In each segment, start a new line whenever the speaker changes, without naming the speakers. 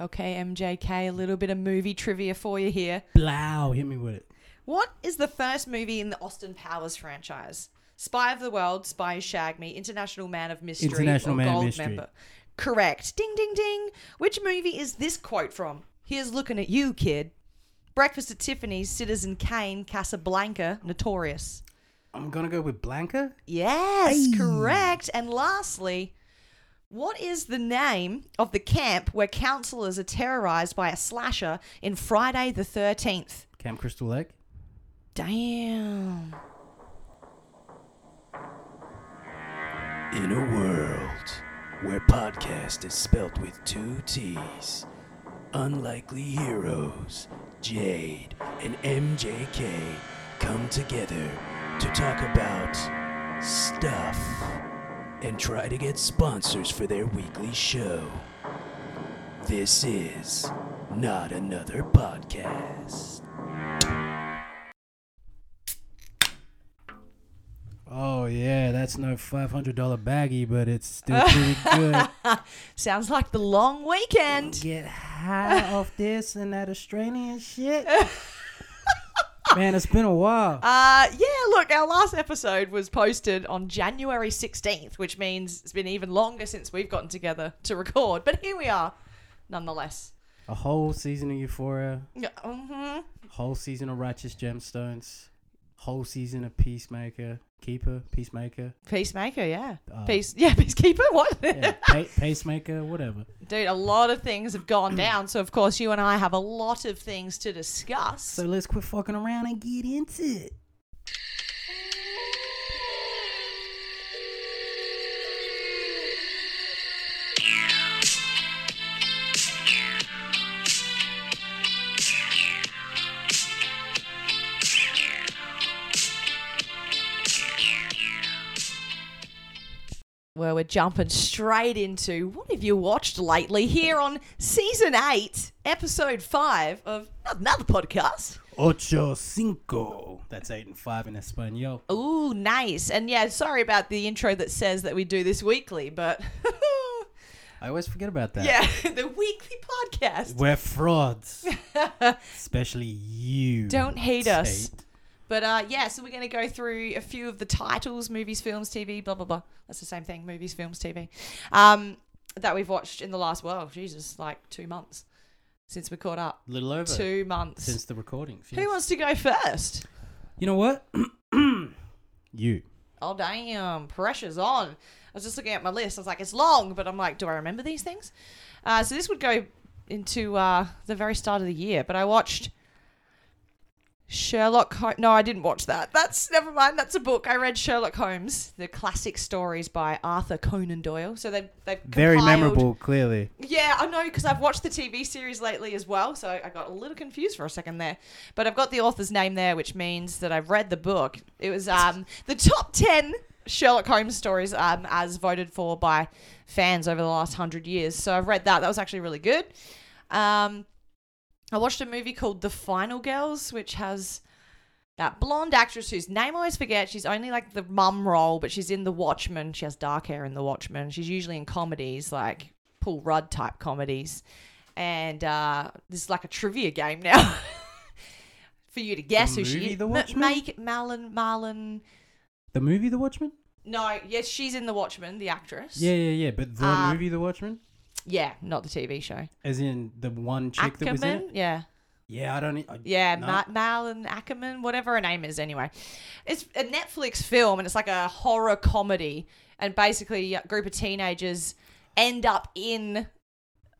Okay, MJK, a little bit of movie trivia for you here.
Blow, hit me with it.
What is the first movie in the Austin Powers franchise? Spy of the World, Spy Who Shagged Me, International Man of Mystery,
International
or
Man of
Gold
Mystery.
Member. Correct. Ding, ding, ding. Which movie is this quote from? Here's looking at you, kid. Breakfast at Tiffany's, Citizen Kane, Casablanca, Notorious.
I'm gonna go with Blanca.
Yes, correct. And lastly, what is the name of the camp where counselors are terrorized by a slasher in Friday the 13th?
Camp Crystal Lake.
Damn.
In a world where podcast is spelt with two T's, unlikely heroes, Jade and MJK come together to talk about stuff and try to get sponsors for their weekly show. This is not another podcast.
Oh yeah, that's no five hundred dollar baggie, but it's still pretty good.
Sounds like the long weekend.
Get high off this and that Australian shit. Man, it's been a while.
Uh, yeah, look, our last episode was posted on January 16th, which means it's been even longer since we've gotten together to record. But here we are, nonetheless.
A whole season of Euphoria,
Yeah, mhm.
whole season of Righteous Gemstones, whole season of Peacemaker, Keeper, Peacemaker,
Peacemaker, yeah.
Uh,
Peace, yeah, Peacekeeper, what?
yeah, pa- Pacemaker, whatever.
Dude, a lot of things have gone down, so of course you and I have a lot of things to discuss.
So let's quit fucking around and get into it.
where we're jumping straight into what have you watched lately here on season 8 episode 5 of another podcast
Ocho cinco. That's eight and five in Espanol.
ooh nice and yeah sorry about the intro that says that we do this weekly but
I always forget about that.
yeah the weekly podcast
We're frauds. Especially you.
Don't hate us.
Tate.
but uh yeah so we're going to go through a few of the titles movies films tv blah blah blah that's the same thing movies films tv um that we've watched in the last well jesus like 2 months since we caught up
Little over.
2 months
Since the recordings.
Who
yes.
wants to go first?
you know what? you.
Oh damn, pressure's on. I was just looking at my list. I was like, it's long, but I'm like, do I remember these things? Uh, so this would go into uh, the very start of the year. But I watched Sherlock. Ho- no, I didn't watch that. That's never mind. That's a book. I read Sherlock Holmes, the classic stories by Arthur Conan Doyle. So they they've
Very
compiled-
memorable, clearly.
Yeah, I know because I've watched the TV series lately as well, so I got a little confused for a second there. But I've got the author's name there, which means that I've read the book. It was um, the top ten Sherlock Holmes stories um, as voted for by fans over the last hundred years. So I've read that. That was actually really good. Um, I watched a movie called The Final Girls, which has that blonde actress whose name I always forget. She's only like the mum role, but she's in The Watchmen. She has dark hair in The Watchmen. She's usually in comedies like Paul Rudd type comedies. And uh, this is like a trivia game now for you to guess who she
movie
is.
The
M-
Watchmen?
Make Malin Marlon.
The movie The Watchmen?
No, yes, she's in The Watchmen, the actress.
Yeah, yeah, yeah. But the
Uh,
movie The Watchmen?
yeah, not the TV show.
As in the one chick that was in
Ackerman,
it?
yeah.
Yeah, I don't. e- I-
Yeah,
no.
Ma- Malin Ackerman, whatever her name is, anyway. It's a Netflix film and it's like a horror comedy. And basically, a group of teenagers end up in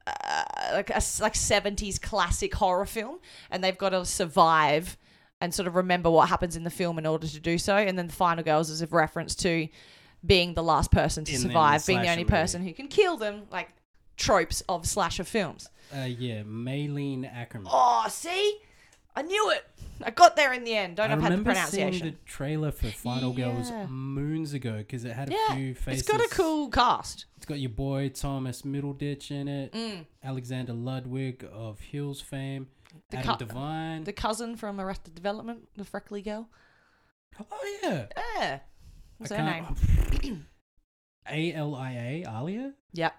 uh, like a s- like 70s classic horror film and they've got to survive and sort of remember what happens in the film in order to do so. And then the Final Girls is a reference to being the last person to
In the- in the
survive, being the
slasher
only
movie.
person who can kill them, like tropes of slasher films.
Uh, yeah, Maylene Ackerman.
Oh, see? I knew it. I got there in the end. Don't
I
know if I had the
remember seeing
pronunciation.
the trailer for Final Girls
Yeah.
moons ago because it had a
yeah.
few faces.
It's got a cool cast.
It's got your boy Thomas Middleditch in it,
Mm.
Alexander Ludwig of Hills fame,
The
Adam
cu-
Devine.
The cousin from Arrested Development, the freckly girl.
oh yeah,
Yeah. What's her name?
A L I A Alia
Yep.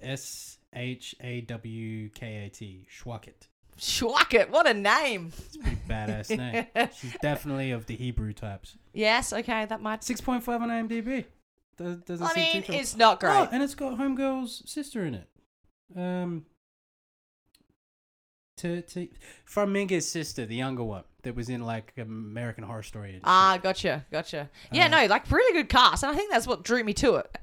S H A W K A T. Schwacket.
Schwacket, what a name.
Pretty badass name. She's definitely of the Hebrew types.
Yes, okay, that might.
Six point five on IMDb. Does, doesn't
I
seem
mean,
too
it's not great.
Oh, and it's got Homegirl's sister in it. Um, to to Farminga's sister, the younger one that was in like American Horror Story. and
Ah, gotcha, gotcha. Yeah,
Uh,
no, like really good cast, and I think that's what drew me to it.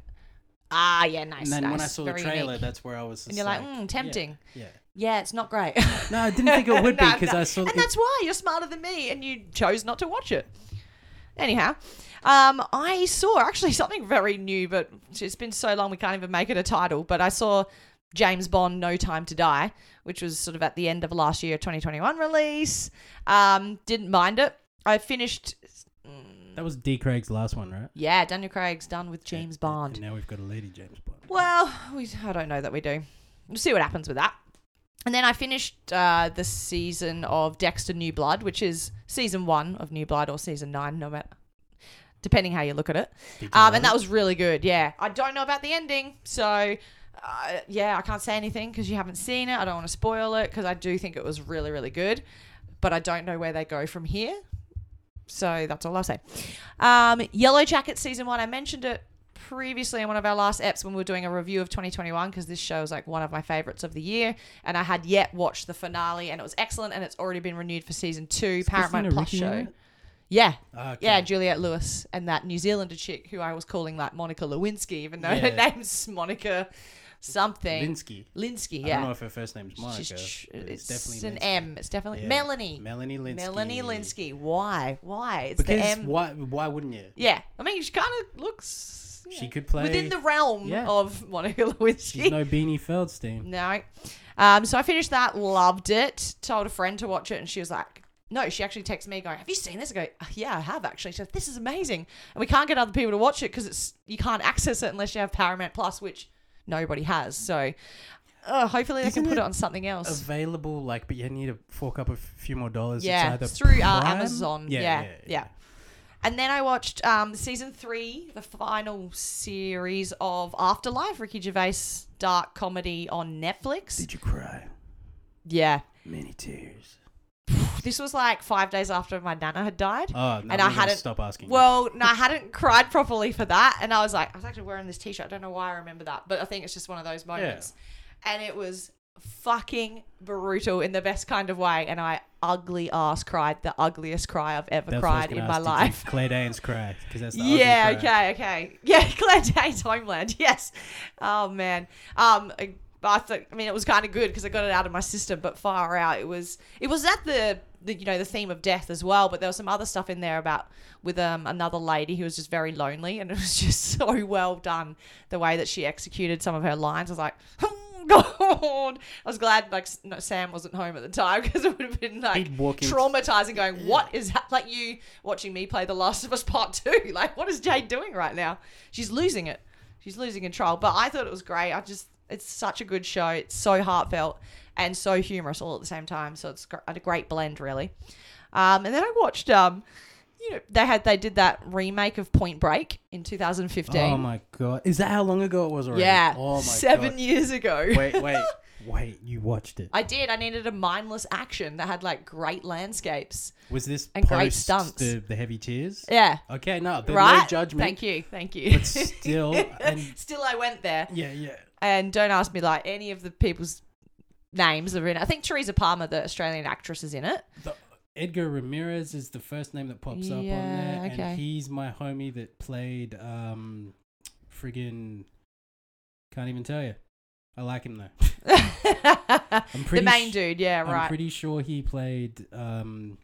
Ah, yeah,
shit.
nice.
and then when I
nice,
saw the
very
trailer,
unique.
that's where I was. Just
and you're like, mm, tempting.
Yeah,
Yeah, it's not great.
No, I didn't think it would be, 'cause I saw
And
that it-
that's why you're smarter than me, and you chose not to watch it. Anyhow, um, I saw actually something very new, but it's been so long we can't even make it a title. But I saw James Bond: No Time to Die, which was sort of at the end of last year, 2021 release. Um, didn't mind it. I finished.
that was D. Craig's last one, right?
Yeah, Daniel Craig's done with James
And-
Bond.
And now we've got a lady James Bond.
Well, we, I don't know that we do. We'll see what happens with that. And then I finished uh, the season of Dexter New Blood, which is season one of New Blood or season nine, no matter, depending how you look at it.
Did you
Um,
like
and
it?
that was really good. Yeah, I don't know about the ending, so uh, yeah, I can't say anything because you haven't seen it. I don't want to spoil it because I do think it was really, really good, but I don't know where they go from here. So that's all I'll say. Um, Yellow Jacket season one. I mentioned it previously in one of our last eps when we were doing a review of 2021 because this show is like one of my favorites of the year, and I had yet watched the finale and it was excellent, and it's already been renewed for season two. Paramount
Christina
Plus
Ricci in
show.
it?
Yeah,
Ah, okay.
yeah, Juliet Lewis and that New Zealander chick who I was calling like Monica Lewinsky, even though her
Yeah.
name's Monica something.
Linsky.
Linsky,
I don't know
yeah.
if her first name's Monica.
She's tr-
but
it's,
it's, definitely
an
Linsky.
M. It's definitely
Yeah.
Melanie.
Melanie Linsky.
Melanie Linsky. Why? Why? It's
Because
the M.
why? Why wouldn't you?
Yeah. I mean, she kind of looks.
She
yeah,
could play.
Within the realm
Yeah.
of Monica Lewinsky.
She's no Beanie Feldstein.
No. Um, so I finished that, loved it. Told a friend to watch it, and she was like, "No." She actually texted me going, "Have you seen this?" I go, "Uh, "Yeah, I have actually." She said, "This is amazing," and we can't get other people to watch it because it's you can't access it unless you have Paramount Plus, which nobody has. So uh, hopefully they
Isn't
can put
it
it on something else.
Available, like, but you need to fork up a few more dollars.
Yeah,
it's either
it's through uh,
Prime-
Amazon. Yeah yeah, And then I watched um, season three, the final series of Afterlife, Ricky Gervais' dark comedy on Netflix.
Did you cry?
Yeah,
Many tears.
this was like five days after my nana had died.
Oh, no,
And
and
I
I had
hadn't-
to stop asking. you.
well, no, I hadn't cried properly for that, and I was like, I was actually wearing this t-shirt. I don't know why I remember that, but I think it's just one of those moments. And it was fucking brutal in the best kind of way, and I ugly ass cried, the ugliest cry I've ever
That's what I was
cried
gonna
in my
ask, did you-
life.
Claire Danes cry because that's the ugly
Yeah,
cry.
okay, okay. Yeah, Claire Danes Homeland. Yes. Oh man. Um I, I thought I mean it was kind of good because I got it out of my system, but far out it was it was at the, the you know the theme of death as well, but there was some other stuff in there about with um another lady who was just very lonely and it was just so well done the way that she executed some of her lines. I was like "Oh, God, I was glad like S- no, Sam wasn't home at the time because it would have been like
He'd walk in-
traumatizing. Going, what is that? Like you watching me play The Last of Us Part Two? Like, what is Jade doing right now? She's losing it. She's losing control. But I thought it was great. I just, it's such a good show. It's so heartfelt and so humorous all at the same time. So it's gr- a great blend, really. Um, and then I watched, um, you know, they had they did that remake of Point Break in 2015.
Oh my god, is that how long ago it was already?
yeah,
Oh my
seven
god.
years ago.
Wait, wait, wait. You watched it.
I did. I needed a mindless action that had like great landscapes.
Was this
And
post
great stunts.
The, the heavy tears?
Yeah.
Okay, no, the
right.
no judgment.
Thank you. Thank you.
But still, and
Still, I went there,
yeah, yeah.
and don't ask me like any of the people's names are in. it. I think Teresa Palmer, the Australian actress, is in it.
The, Edgar Ramirez is the first name that pops up on
Yeah,
there,
okay.
and he's my homie that played um, friggin' can't even tell you. I like him though. I'm
the
pretty
main
sh-
dude, yeah,
I'm
right.
pretty sure he played um,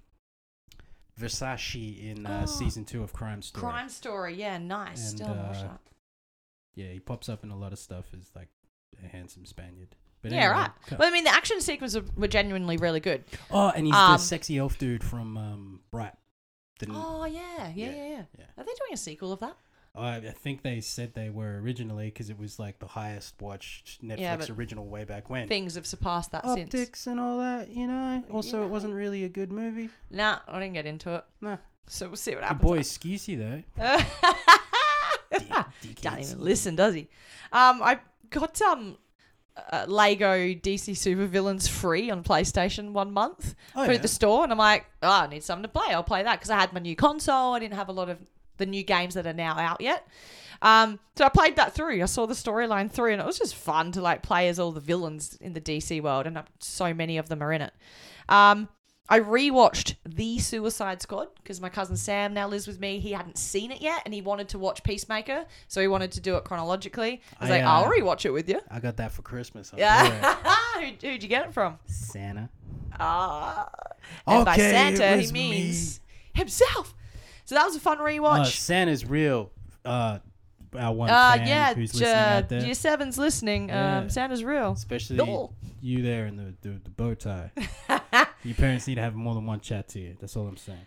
Versace in uh,
Oh.
season two of Crime Story.
Crime story, yeah, nice.
And,
Still haven't watched
uh,
that.
Yeah, he pops up in a lot of stuff as like a handsome Spaniard. But
yeah,
anyway,
right.
co-
Well, I mean, the action sequences were genuinely really good.
oh, and he's the
um,
sexy elf dude from um, Bright. The, n-
Oh yeah, yeah,
Yeah,
yeah, yeah.
yeah.
Are they doing a sequel of that?
I, I think they said they were originally because it was like the highest watched Netflix
but-
original way back when.
Things have surpassed that since.
and all that, you know.
Also, it wasn't
really a good movie.
Nah, I didn't get into it.
Nah.
So we'll see what
Your
happens.
boy Skeezy though.
Don't even listen, does he? Um, I got um uh, Lego DC supervillains free on PlayStation one month
Oh,
through
yeah.
the store, and I'm like, oh, I need something to play. I'll play that because I had my new console. I didn't have a lot of the new games that are now out yet. Um, so I played that through. I saw the storyline through, and it was just fun to like play as all the villains in the DC world, and uh, so many of them are in it. Um, I rewatched The Suicide Squad because my cousin Sam now lives with me. He hadn't seen it yet, and he wanted to watch Peacemaker, so he wanted to do it chronologically. I was
I,
like,
uh,
I'll rewatch it with you.
I got that for Christmas. on Blu-ray.
Yeah. Who, who'd you get it from?
Santa.
Ah. And by
Okay, it
Santa, he
was
means himself. So that was a fun
Uh,
rewatch.
Santa's real. Uh, our one
Uh,
fan
yeah,
who's
j-
listening out there,
year seven's listening.
Yeah.
Um, Santa's real.
especially
Noel.
you there in the, the, the bow tie. Your parents need to have more than one chat to you. That's all I'm saying.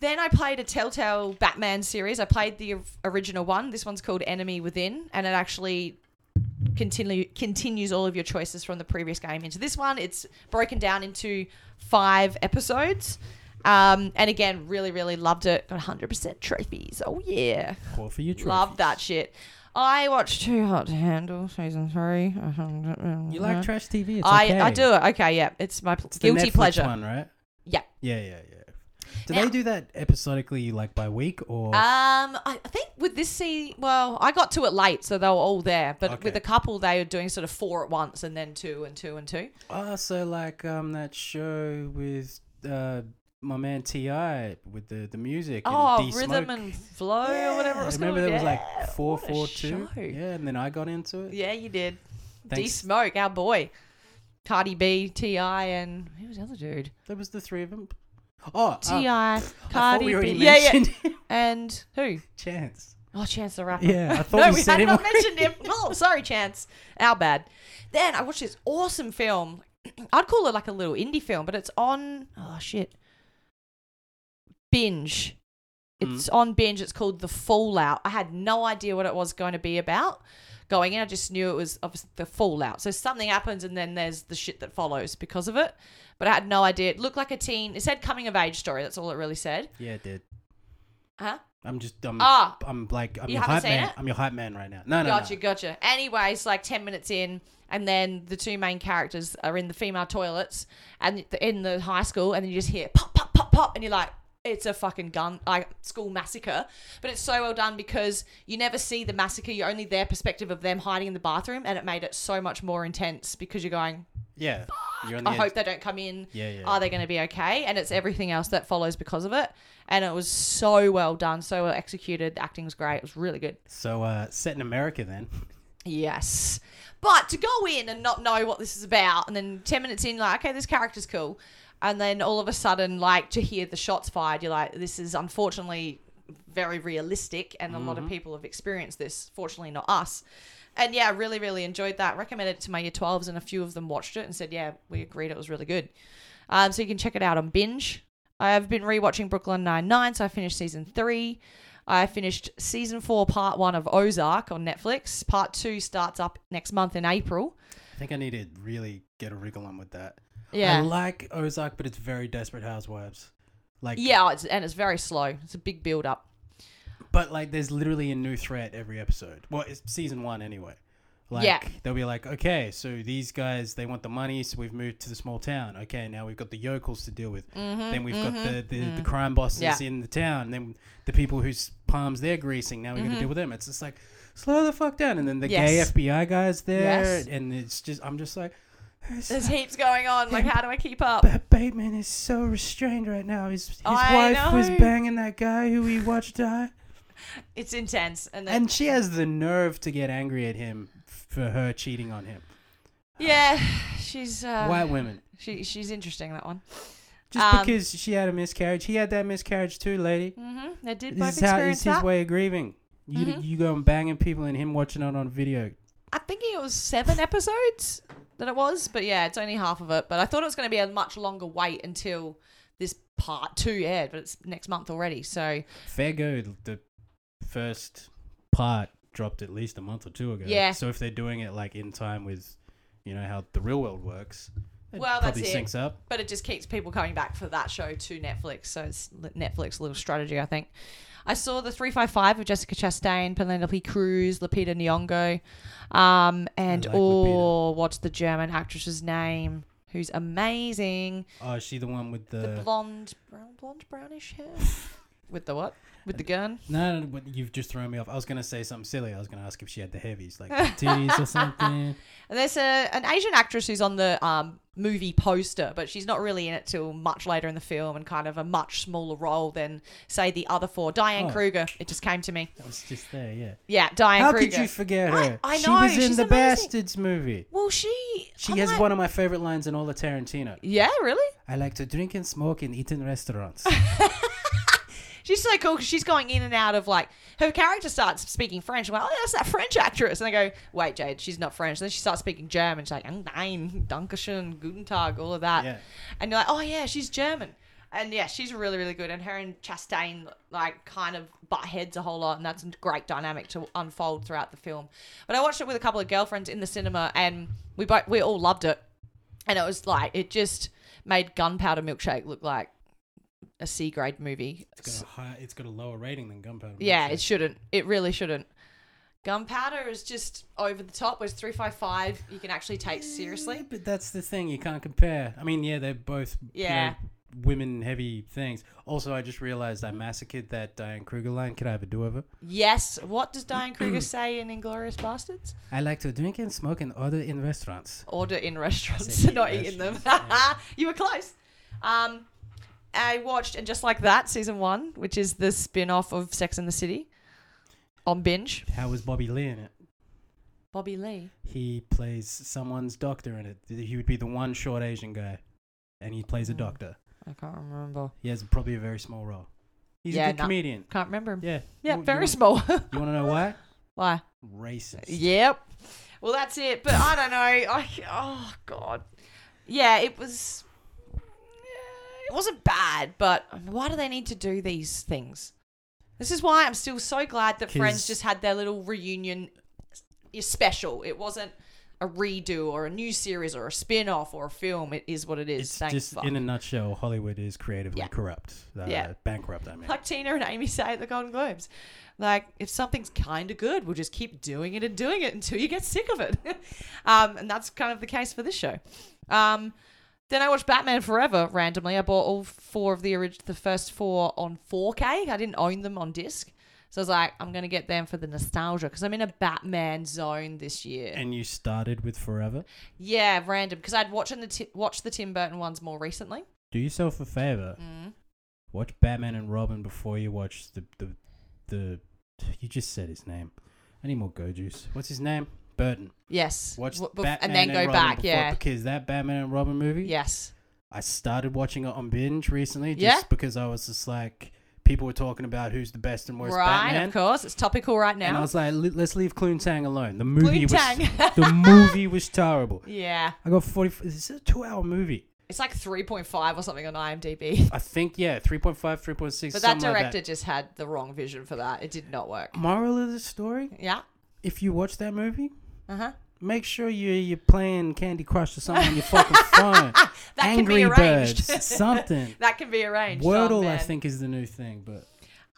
Then I played a Telltale Batman series. I played the or- original one. This one's called Enemy Within, and it actually continue continues all of your choices from the previous game into this one. It's broken down into five episodes. Um, and again, really, really loved it. Got 100% trophies. Oh, yeah.
Call for your trophy.
Love that shit. I watched Too Hot to Handle season three. You
You like
Uh-huh.
trash TV? It's
I
okay.
I do it. Okay, yeah, it's my pl-
It's the
guilty
Netflix
pleasure.
one, right?
Yeah.
Yeah, yeah, yeah. Do
Now-
they do that episodically, like by week, or
Um, I I think with this season, well, I got to it late, so they were all there. But
Okay.
with a couple, they were doing sort of four at once, and then two, and two, and two.
oh, so like um that show with uh my man Ti with the the music?
oh,
and D
rhythm
Smoke?
and flow or Oh, whatever it was
I remember
called.
there was
Yeah,
like four
what a
four two.
show.
Yeah, and then I got into it.
Yeah, you did. D
Thanks.
Smoke, our boy, Cardi B, Ti, and who was the other dude?
There was the three of them. Oh, uh,
Ti,
I thought
Cardi
we
B,
already
yeah, yeah,
mentioned
and who?
Chance.
Oh, Chance the Rapper.
Yeah, I thought
no,
we
we
said
had
him
not
already.
mentioned him. Oh, sorry, Chance. Our bad. Then I watched this awesome film. I'd call it like a little indie film, but it's on. Oh shit. Binge.
Hmm.
It's on binge. It's called The Fallout. I had no idea what it was going to be about going in. I just knew it was obviously the fallout. So something happens and then there's the shit that follows because of it. But I had no idea. It looked like a teen. It said coming of age story. That's all it really said. Uh-huh.
Yeah, it did.
Huh?
I'm just I'm,
Ah.
I'm like I'm
You
your
haven't
hype
seen
man.
it?
I'm your hype man right now. No, no,
Gotcha,
no.
gotcha. Anyways, like 10 minutes in, and then the two main characters are in the female toilets and th- in the high school, and then you just hear pop, pop, pop, pop, and you're like, it's a fucking gun, like school massacre. But it's so well done because you never see the massacre, you're only their perspective of them hiding in the bathroom, and it made it so much more intense because you're going,
Yeah, you're on
I
edge.
hope they don't come in.
Yeah, yeah.
Are they going to be okay? And it's everything else that follows because of it. And it was so well done, so well executed. The acting was great. It was really good.
So uh, set in America then.
Yes. But to go in and not know what this is about, and then 10 minutes in, like, okay, this character's cool. And then all of a sudden, like, to hear the shots fired, you're like, this is unfortunately very realistic, and a lot of people have experienced this. Fortunately, not us. And yeah, I really, really enjoyed that. Recommended it to my year 12s, and a few of them watched it and said, yeah, we agreed it was really good. Um, so you can check it out on binge. I've been rewatching Brooklyn Nine Nine, so I finished season three. I finished season four, part one of Ozark on Netflix. Part two starts up next month in April.
I think I need to really get a wriggle on with that. I
Yeah,
like Ozark, but it's very Desperate Housewives. Like,
yeah, it's, and it's very slow. It's a big build up.
but like, there's literally a new threat every episode. Well, it's season one anyway. Like,
Yeah.
they'll be like, okay, so these guys they want the money, so we've moved to the small town. Okay, now we've got the yokels to deal with. then we've got the the, the crime
Mm,
bosses
mm-hmm, Yeah.
in the town. Then the people whose palms they're greasing. Now we got to deal with them. It's just like slow the fuck down. And then the
Mm-hmm. Yes.
gay FBI guys there,
Yes.
and it's just I'm just like. "It's
There's heaps going on. Like, how do I keep up?
Ba- Bateman is so restrained right now. His, his
I
wife was
know.
banging that guy who he watched die.
It's intense. And then
And she has the nerve to get angry at him for her cheating on him.
yeah, she's uh,
White women.
she she's interesting that one.
Just
um,
because she had a miscarriage, he had that miscarriage too, lady.
Mm-hmm. They did both
This is how
experience
it's his
that. Mm-hmm.
way of grieving. You you go and banging people and him watching it on video.
I'm thinking it was seven episodes that it was, but yeah, it's only half of it. But I thought it was going to be a much longer wait until this part two aired, but it's next month already. So
Fair go. th- The first part dropped at least a month or two ago.
Yeah.
So if they're doing it like in time with, you know how the real world works, It
Well, that's
probably
it.
syncs up.
but it just keeps people coming back for that show to Netflix. So it's li- Netflix little strategy, I think. I saw the three five five with Jessica Chastain, Penelope Cruz, Lupita Nyong'o, um, and
like
oh, what's the German actress's name? Who's amazing?
Oh, is she the one with the?
The blonde, brown, blonde, brownish hair. with the what? With the gun?
no, no, no, but you've just thrown me off. I was gonna say something silly. I was gonna ask if she had the heavies, like the titties or something.
And there's a, an Asian actress who's on the um, movie poster, but she's not really in it till much later in the film and kind of a much smaller role than, say, the other four. Diane
Oh.
Kruger, it just came to me.
That was just there, yeah.
Yeah, Diane
How
Kruger.
could you forget
I-
her?
I
she
know,
was in
she's
the
amazing.
Bastards movie.
well, she.
She
I'm
has
like-
one of my favorite lines in all of Tarantino.
Yeah, really?
I like to drink and smoke and eat in restaurants.
She's so cool because she's going in and out of like her character starts speaking French. I'm like, oh, that's that French actress. And I go, wait, Jade, she's not French. And then she starts speaking German. She's like, "Mm, nein, Dankeschön, Guten Tag, all of that.
Yeah.
And you're like, oh yeah, she's German. And yeah, she's really, really good. And her and Chastain like kind of butt heads a whole lot, and that's a great dynamic to unfold throughout the film. But I watched it with a couple of girlfriends in the cinema, and we both we all loved it. And it was like it just made Gunpowder Milkshake look like a C grade movie.
It's got a, high, it's got a lower rating than Gunpowder.
Yeah,
Milkshake.
it shouldn't. It really shouldn't. Gunpowder is just over the top. Whereas three five five, you can actually take
Yeah,
seriously.
but that's the thing you can't compare. I mean, yeah, they're both you know,
Yeah.
women heavy things. Also, I just realized I massacred that Diane Kruger line. Could I have a do over?
Yes. What does Diane Kruger say in Inglorious Bastards?
I like to drink and smoke and order in restaurants.
order in restaurants
said
and not
eat
eat in them.
restaurants,
you were close. Um, I watched and just like that season one, which is the spin-off of Sex and the City, on binge.
How was Bobby Lee in it?
Bobby Lee.
He plays someone's doctor in it. He would be the one short Asian guy, and he plays a
Mm.
doctor.
I can't remember.
He has probably a very small role. He's
Yeah,
a good
no-
comedian.
Can't remember him.
Yeah.
Yeah,
You- you
very
wanna-
small.
You want to know why?
Why?
Racist.
Yep. Well, that's it. But I don't know. I, oh God. Yeah, it was. It wasn't bad, but why do they need to do these things? This is why I'm still so glad that Friends
'Cause-
just had their little reunion special. It wasn't a redo or a new series or a spin off or a film. It is what it is.
It's
Thank
just
fuck.
in a nutshell, Hollywood is creatively
Yeah.
corrupt. Uh,
Yeah.
Bankrupt, I mean.
like Tina and Amy say at the Golden Globes. Like, if something's kind of good, we'll just keep doing it and doing it until you get sick of it. um, and that's kind of the case for this show. Um, then I watched Batman Forever randomly. I bought all four of the orig- the first four on 4K. I didn't own them on disc. So I was like, I'm going to get them for the nostalgia because I'm in a Batman zone this year.
And you started with Forever.
yeah, random. Because I'd watched the, ti watched the Tim Burton ones more recently.
Do yourself a favor.
Mm.
Watch Batman and Robin before you watch the the the. You just said his name. I need more go juice. What's his name? Burton.
Yes.
Watch
W- bef-
Batman
and then go
Robin
back.
before-
yeah.
Because that Batman and Robin movie.
Yes.
I started watching it on binge recently. Just
Yeah?
Because I was just like people were talking about who's the best and worst
right,
Batman.
of course. It's topical right
And I
now.
was like, "Le- let's leave Cluntang alone. The movie
Clooney.
was the movie was terrible.
yeah.
I got forty. This is a two-hour movie.
It's like 3.5 or something on IMDb.
I think yeah, 3.5,
But
3.6.
that
something like
director just had the wrong vision for that. It did not work.
Moral of the story:
Yeah.
If you watch that movie,
Uh huh.
make sure you you're playing Candy Crush or something on your fucking phone.
That
Angry
can be arranged.
Birds, something.
that can be arranged. oh,
Wordle, I
man.
think, is the new thing. But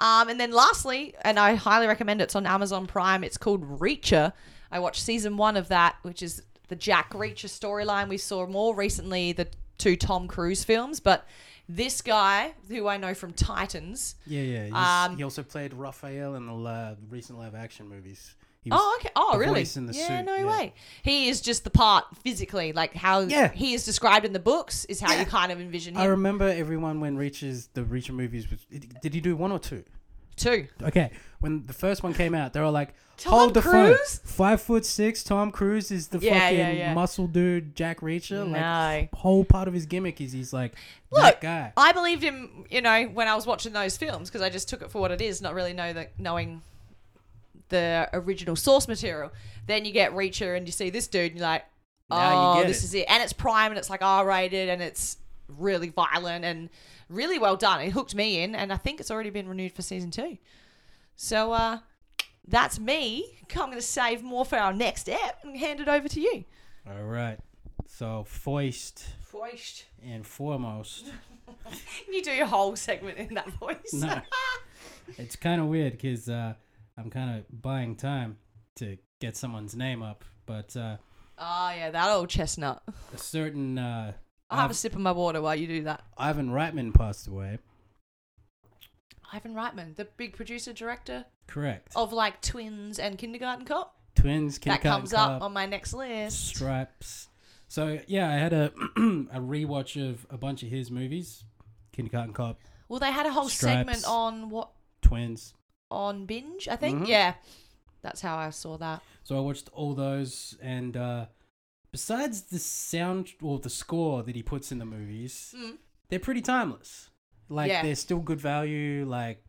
Um, and then lastly, and I highly recommend it, it's on Amazon Prime. It's called Reacher. I watched season one of that, which is the Jack Reacher storyline. We saw more recently the two Tom Cruise films, but this guy, who I know from Titans,
yeah, yeah. he's-
Um,
he also played Raphael in the li- recent live action movies. He was-
Oh, okay. Oh,
the
really?
voice in the
yeah,
suit,
no
yeah.
way. He is just the part physically, like how
Yeah.
he is described in the books is how you kind of envision
I
him
remember everyone when Reacher's the Reacher movies was. Did he do one or two?
too.
Okay, when the first one came out, they were like,
Tom
"Hold the phone."
Cruise?
Five foot six, Tom Cruise is the
Yeah,
fucking
yeah, yeah.
muscle dude, Jack Reacher.
No.
Like, whole part of his gimmick is he's like
Look,
that guy.
I believed him, you know, when I was watching those films because I just took it for what it is, not really know that knowing the original source material. Then you get Reacher and you see this dude, and you're like,
Now
oh,
you get
this
it.
is it, and it's prime and it's like R rated and it's really violent and really well done. It hooked me in, and I think it's already been renewed for season two. So uh, that's me. I'm going to save more for our next ep and hand it over to you.
All right, So foist
Foist.
and foremost.
You do your whole segment in that voice.
No. it's kind of weird because uh, I'm kind of buying time to get someone's name up, but uh,
Oh, yeah, that old chestnut.
a certain uh,
I'll have a
I've-
sip of my water while you do that.
Ivan Reitman passed away.
Ivan Reitman, the big producer director
Correct.
of like Twins and Kindergarten Cop.
Twins, Kim
Oh, that
Cotton
comes
Cobb,
up on my next list.
Stripes. So yeah, I had a a rewatch of a bunch of his movies: Kindergarten Cop,
Well, they had a whole segment
Stripes.
on what
Twins.
on binge, I think.
Mhm.
Yeah, that's how I saw that.
So I watched all those, and uh, besides the sound or the score that he puts in the movies,
Mm.
they're pretty timeless. Like
Yeah.
they're still good value. Like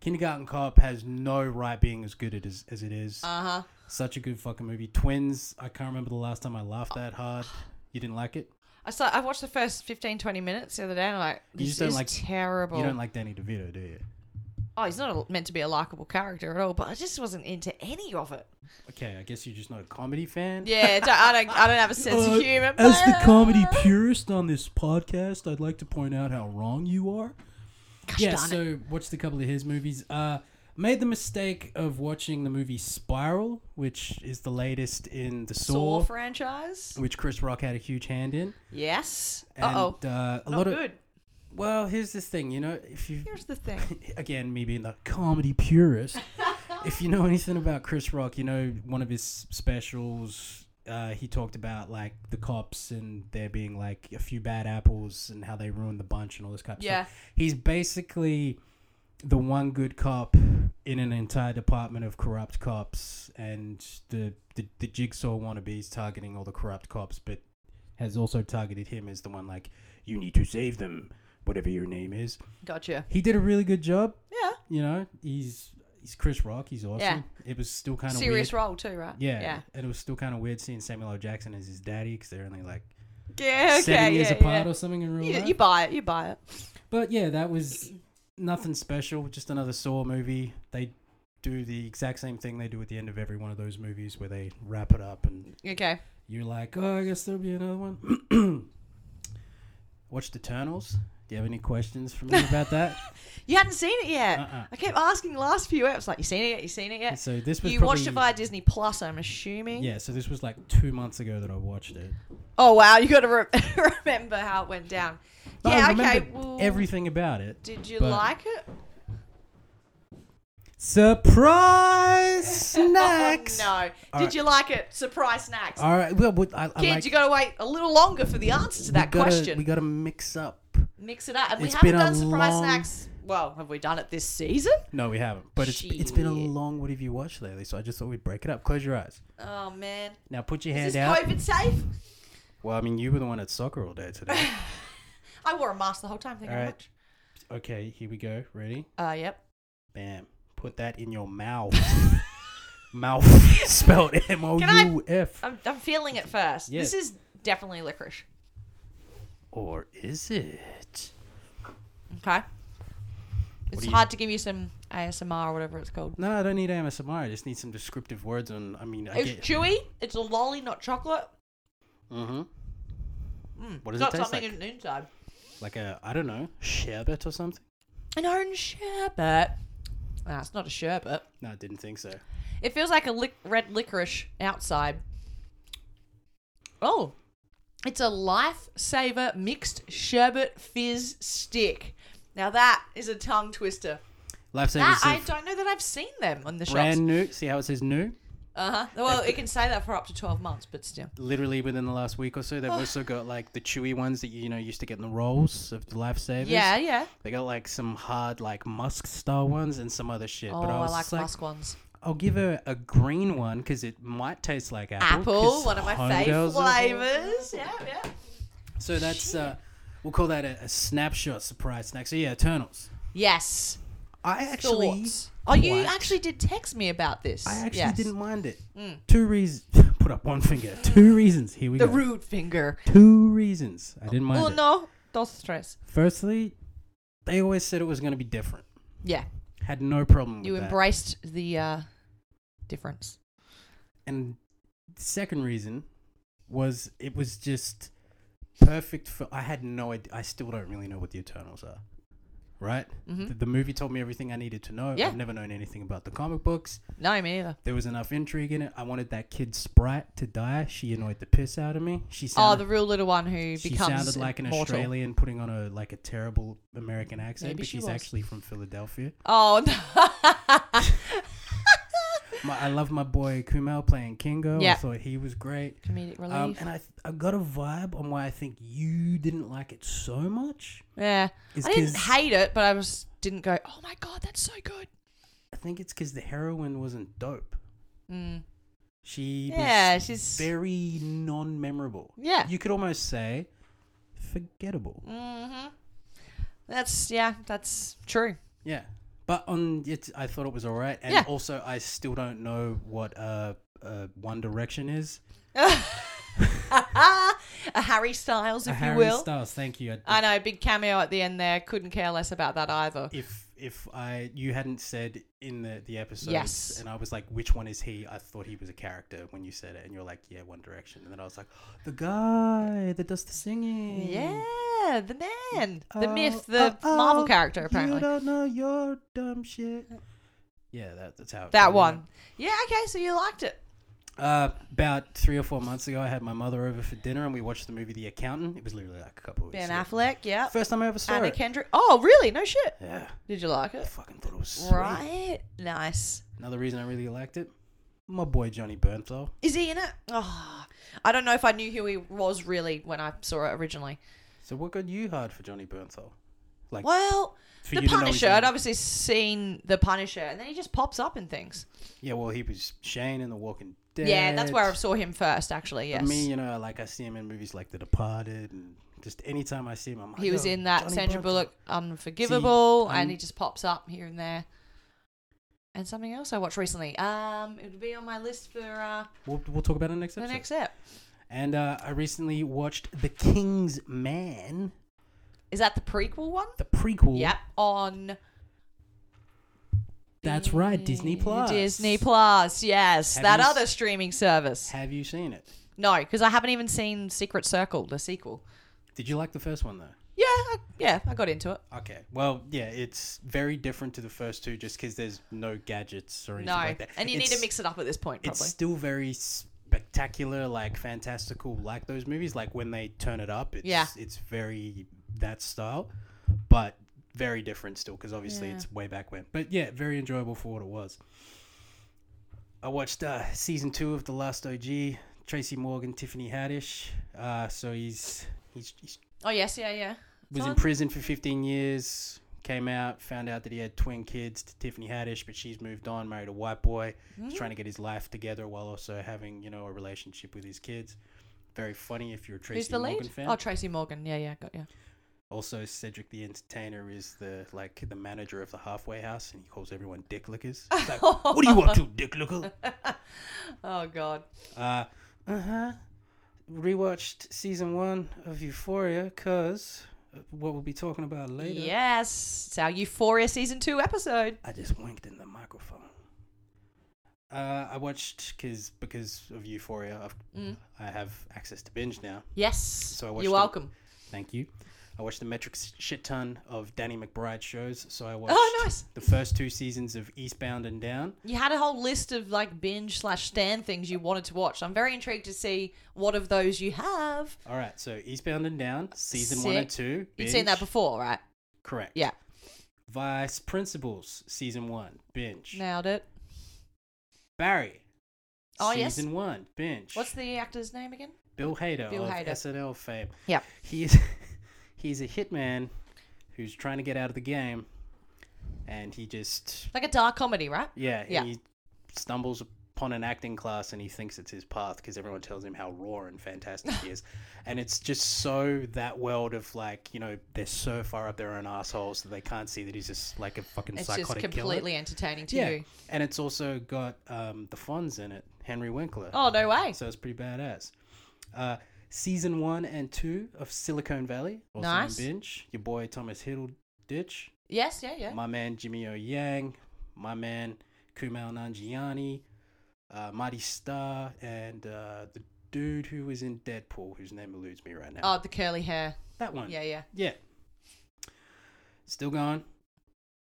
Kindergarten Cop has no right being as good it is, as it is.
Uh huh.
Such a good fucking movie. Twins. I can't remember the last time I laughed that hard. You didn't like it.
I saw. I watched the first 15, 20 minutes the other day, and I'm like,
You
this
just don't
is
like-
terrible.
You don't like Danny DeVito, do you?
oh, he's not a, meant to be a likable character at all, but I just wasn't into any of it.
Okay, I guess you're just not a comedy fan.
Yeah, don't- I don't. I don't have a sense
Uh,
of humor.
As the comedy purist on this podcast, I'd like to point out how wrong you are.
Gosh
yeah,
darn it.
so watched a couple of his movies. Uh, made the mistake of watching the movie Spiral, which is the latest in the
Saw
Saw,
franchise.
which Chris Rock had a huge hand in.
Yes.
And,
Uh oh.
uh, a
Not
lot of
good.
well, here's this thing, you know, if you
Here's the thing.
again me being the comedy purist, if you know anything about Chris Rock, you know one of his specials. Uh, he talked about like the cops and there being like a few bad apples and how they ruin the bunch and all this kind of stuff
Yeah.
he's basically the one good cop in an entire department of corrupt cops and the, the, the jigsaw wannabes targeting all the corrupt cops but has also targeted him as the one like you need to save them whatever your name is
Gotcha.
he did a really good job
Yeah.
you know he's he's chris rock he's awesome
Yeah.
it was still kind of
Serious
weird
role too, right?
yeah,
Yeah.
and it was still kind of weird seeing samuel l jackson as his daddy because they're only like
Yeah. Okay.
seven years
yeah,
apart
yeah.
or something in real
You,
life
you buy it. You buy it.
but yeah, that was nothing special. Just another Saw movie. They do the exact same thing they do at the end of every one of those movies, where they wrap it up, and
Okay.
you're like, "Oh, I guess there'll be another one." Watched Eternals. Do you have any questions for me about that?
You hadn't seen it yet.
Uh-uh.
I kept asking the last few eps, like, you seen it yet? You seen it yet?
So this was
You
probably,
watched it via Disney Plus, I'm assuming.
yeah. So this was like two months ago that I watched it.
Oh wow, you got to re- remember how it went down.
But
yeah.
I
okay.
remembered
Well,
everything about it.
Did you
but-
like it?
Surprise snacks.
Oh, no.
All
did
right.
you like it? Surprise snacks.
All right. Well, what- I, I
Kids,
like,
you got to wait a little longer for the answer to that
we gotta,
question.
We got to mix up.
Mix it up. And we
It's
haven't
been a
done surprise
long-
snacks. Well, have we done it this season?
No, we haven't. But it's it's been a
Shit.
long. What have you watched lately? So I just thought we'd break it up. Close your eyes.
Oh man,
Now put your
is
hand
this
out.
COVID safe?
Well, I mean, you were the one at soccer all day today.
I wore a mask the whole time. Thank you
All
very
right.
much.
okay, here we go. Ready?
Uh, yep.
Bam. Put that in your mouth. mouth spelled M O U F.
I'm, I'm feeling it first.
Yeah.
This is definitely licorice.
Or is it?
Okay. It's
do you-
hard to give you some ASMR or whatever it's called.
No, I don't need ASMR. I just need some descriptive words. On I mean, I
It's
get.
chewy. It's a lolly, not chocolate.
Mm-hmm.
Mm,
What does
not
it taste
something
like?
in the inside.
Like a I don't know sherbet or something.
An orange sherbet. Ah, it's not a sherbet.
No, I didn't think so.
It feels like a lic- red licorice outside. Oh, it's a lifesaver mixed sherbet fizz stick. Now that is a tongue twister. That
Lifesavers
I
is
don't know that I've seen them on the shops.
brand new. See how it says new?
Uh huh. Well, it can say that for up to twelve months, but still.
literally within the last week or so.
Oh.
They've also got like the chewy ones that you, you know used to get in the rolls of the lifesavers.
Yeah, yeah.
They got like some hard like musk style ones and some other shit.
Oh,
but I
I,
was
like
just like,
musk ones.
I'll give her a green one because it might taste like apple.
Apple,
'cause
one of my
homegirls
fave
are-
flavors. Yeah, yeah.
So that's uh, we'll call that a, a snapshot surprise snack. So yeah, Eternals.
Yes.
I actually,
Thoughts. Oh, you
quite-
actually did text me about this.
I actually
Yes.
didn't mind it.
Mm.
Two reasons. Put up one finger. Two reasons. Here we
The
go.
rude finger.
Two reasons. I didn't mind
Oh
it.
no, dos tres.
Firstly, they always said it was going to be different.
Yeah,
Had no problem with
you
that.
embraced the uh, difference.
And the second reason was it was just perfect for. I had no idea. I still don't really know what the Eternals are. Right?
Mhm.
The, the movie told me everything I needed to know.
Yeah.
I've never known anything about the comic books.
No, me either.
There was enough intrigue in it. I wanted that kid Sprite to die. She annoyed the piss out of me. She
Oh,
sounded,
the real little one who
she
becomes
sounded like an
immortal.
Australian putting on a like a terrible American accent,
Maybe
but
she
she's
was.
actually from Philadelphia.
Oh, no.
My, I love my boy Kumail playing Kingo.
Yeah.
I thought he was great.
comedic relief.
Um, and I, I got a vibe on why I think you didn't like it so much.
yeah,
Is
I didn't
'cause-
hate it, but I just didn't go. Oh my god, that's so good.
I think it's because the heroine wasn't dope.
Mm.
She
Yeah,
was
she's
very non-memorable.
yeah.
You could almost say forgettable.
hmm That's yeah, that's true.
Yeah, but on it, I thought it was all right. And
Yeah.
also, I still don't know what uh, uh One Direction is.
a Harry Styles,
A
if
Uh, Harry
you will.
Styles, thank you.
I know, big cameo at the end there. Couldn't care less about that either.
If if I you hadn't said in the the episode,
Yes.
and I was like, which one is he? I thought he was a character when you said it, and you're like, yeah, One Direction, and then I was like, the guy that does the singing.
Yeah, the man, the
Oh,
myth, the
oh,
Marvel
oh,
character,
You
apparently.
don't know your dumb shit. Yeah, that, that's how. it
That
came
one. Yeah, okay, so you liked it.
out. Uh, about three or four months ago, I had my mother over for dinner, and we watched the movie The Accountant. It was literally like a couple of weeks.
Ben
ago.
Affleck, yeah.
First time I ever saw
Anna
it.
Kendrick. Oh, really? No shit.
yeah,
Did you like
I
it?
fucking thought it was sweet.
Right. Nice.
Another reason I really liked it. My boy Johnny Bernthal.
Is he in it? Oh, I don't know if I knew who he was really when I saw it originally.
So what got you hard for Johnny Bernthal? Like
Well,
for
the
you to know he's
Punisher. I'd
in-
obviously seen the Punisher, and then he just pops up in things.
Yeah, well, he was Shane in The Walking Dead.
Yeah, that's where I saw him first, actually.
But
Yes.
me, you know, like I see him in movies like The Departed, and just anytime I see him, I'm like,
He was
"Yo,
in that
Johnny
Sandra
Bernthal."
Bullock Unforgivable,
I'm-
and he just pops up here and there. And something else I watched recently. Um, it would be on my list for uh,
We'll, we'll talk about it next
the
episode.
next step.
And uh, I recently watched The King's Man,
Is that the prequel one?
the prequel.
Yep. On
That's right, Disney Plus.
Disney Plus. Yes,
Have
that
you s-
other streaming service.
Have you seen it?
No, because I haven't even seen Secret Circle, the sequel.
Did you like the first one though?
Yeah, I, yeah, I got into it.
Okay. Well, yeah, it's very different to the first two, just because there's no gadgets or anything
No,
like that.
and you need
It's-
to mix it up at this point,
It's
probably.
still very spectacular, like fantastical, like those movies. Like when they turn it up, it's
Yeah.
it's very that style, but very different still because obviously
Yeah.
it's way back when. But yeah, very enjoyable for what it was. I watched uh, season two of The Last OG. Tracy Morgan, Tiffany Haddish. Uh, so he's he's, he's
Oh yes, yeah, yeah.
was
It's
in
on-
prison for 15 years came out found out that he had twin kids to tiffany haddish but she's moved on married a white boy he's trying to get his life together while also having you know a relationship with his kids very funny if you're a tracy
Who's the
morgan
lead?
fan
Oh, Tracy Morgan. Yeah, yeah, got you.
also cedric the entertainer is the like the manager of the halfway house and he calls everyone dick lickers He's like, what are you up to dick licker
Oh god.
uh uh-huh rewatched season one of euphoria because what we'll be talking about later
Yes, it's our Euphoria season two episode.
I just winked in the microphone. Uh, I watched because because of Euphoria, I've,
Mm.
I have access to binge now.
Yes.
I watched
You're
the-
welcome.
Thank you. I watched the metrics shit ton of Danny McBride shows, so I watched
Oh, nice.
the first two seasons of Eastbound and Down.
You had a whole list of like binge slash stand things you wanted to watch. I'm very intrigued to see what of those you have.
All right, so Eastbound and Down, season one and
Sick.
two.
You've seen that
binge.
before, right?
Correct.
Yeah.
Vice Principals, season one, binge.
Nailed it.
Barry,
Oh, yes.
season one, binge.
What's the actor's name again?
Bill Hader
Bill
of
Hader.
SNL fame.
Yep.
He's he's a hitman who's trying to get out of the game, and he just
Like a dark comedy, right?
yeah,
Yeah.
he stumbles upon an acting class and he thinks it's his path because everyone tells him how raw and fantastic he is, and it's just so that world of like you know they're so far up their own assholes that they can't see that he's just like a fucking
It's just
psychotic killer.
completely entertaining to
Yeah,
you.
and it's also got um, the Fonz in it, Henry Winkler.
Oh no way!
So it's pretty badass. Uh, season one and two of Silicon Valley, also on
Nice.
binge. Your boy Thomas Hiddleditch,
yes, yeah, yeah.
my man Jimmy O Yang, my man Kumail Nanjiani, uh, Marty Starr, and uh, the dude who was in Deadpool, whose name eludes me right now.
Oh, the curly hair.
that one.
Yeah, yeah.
Yeah. Still going.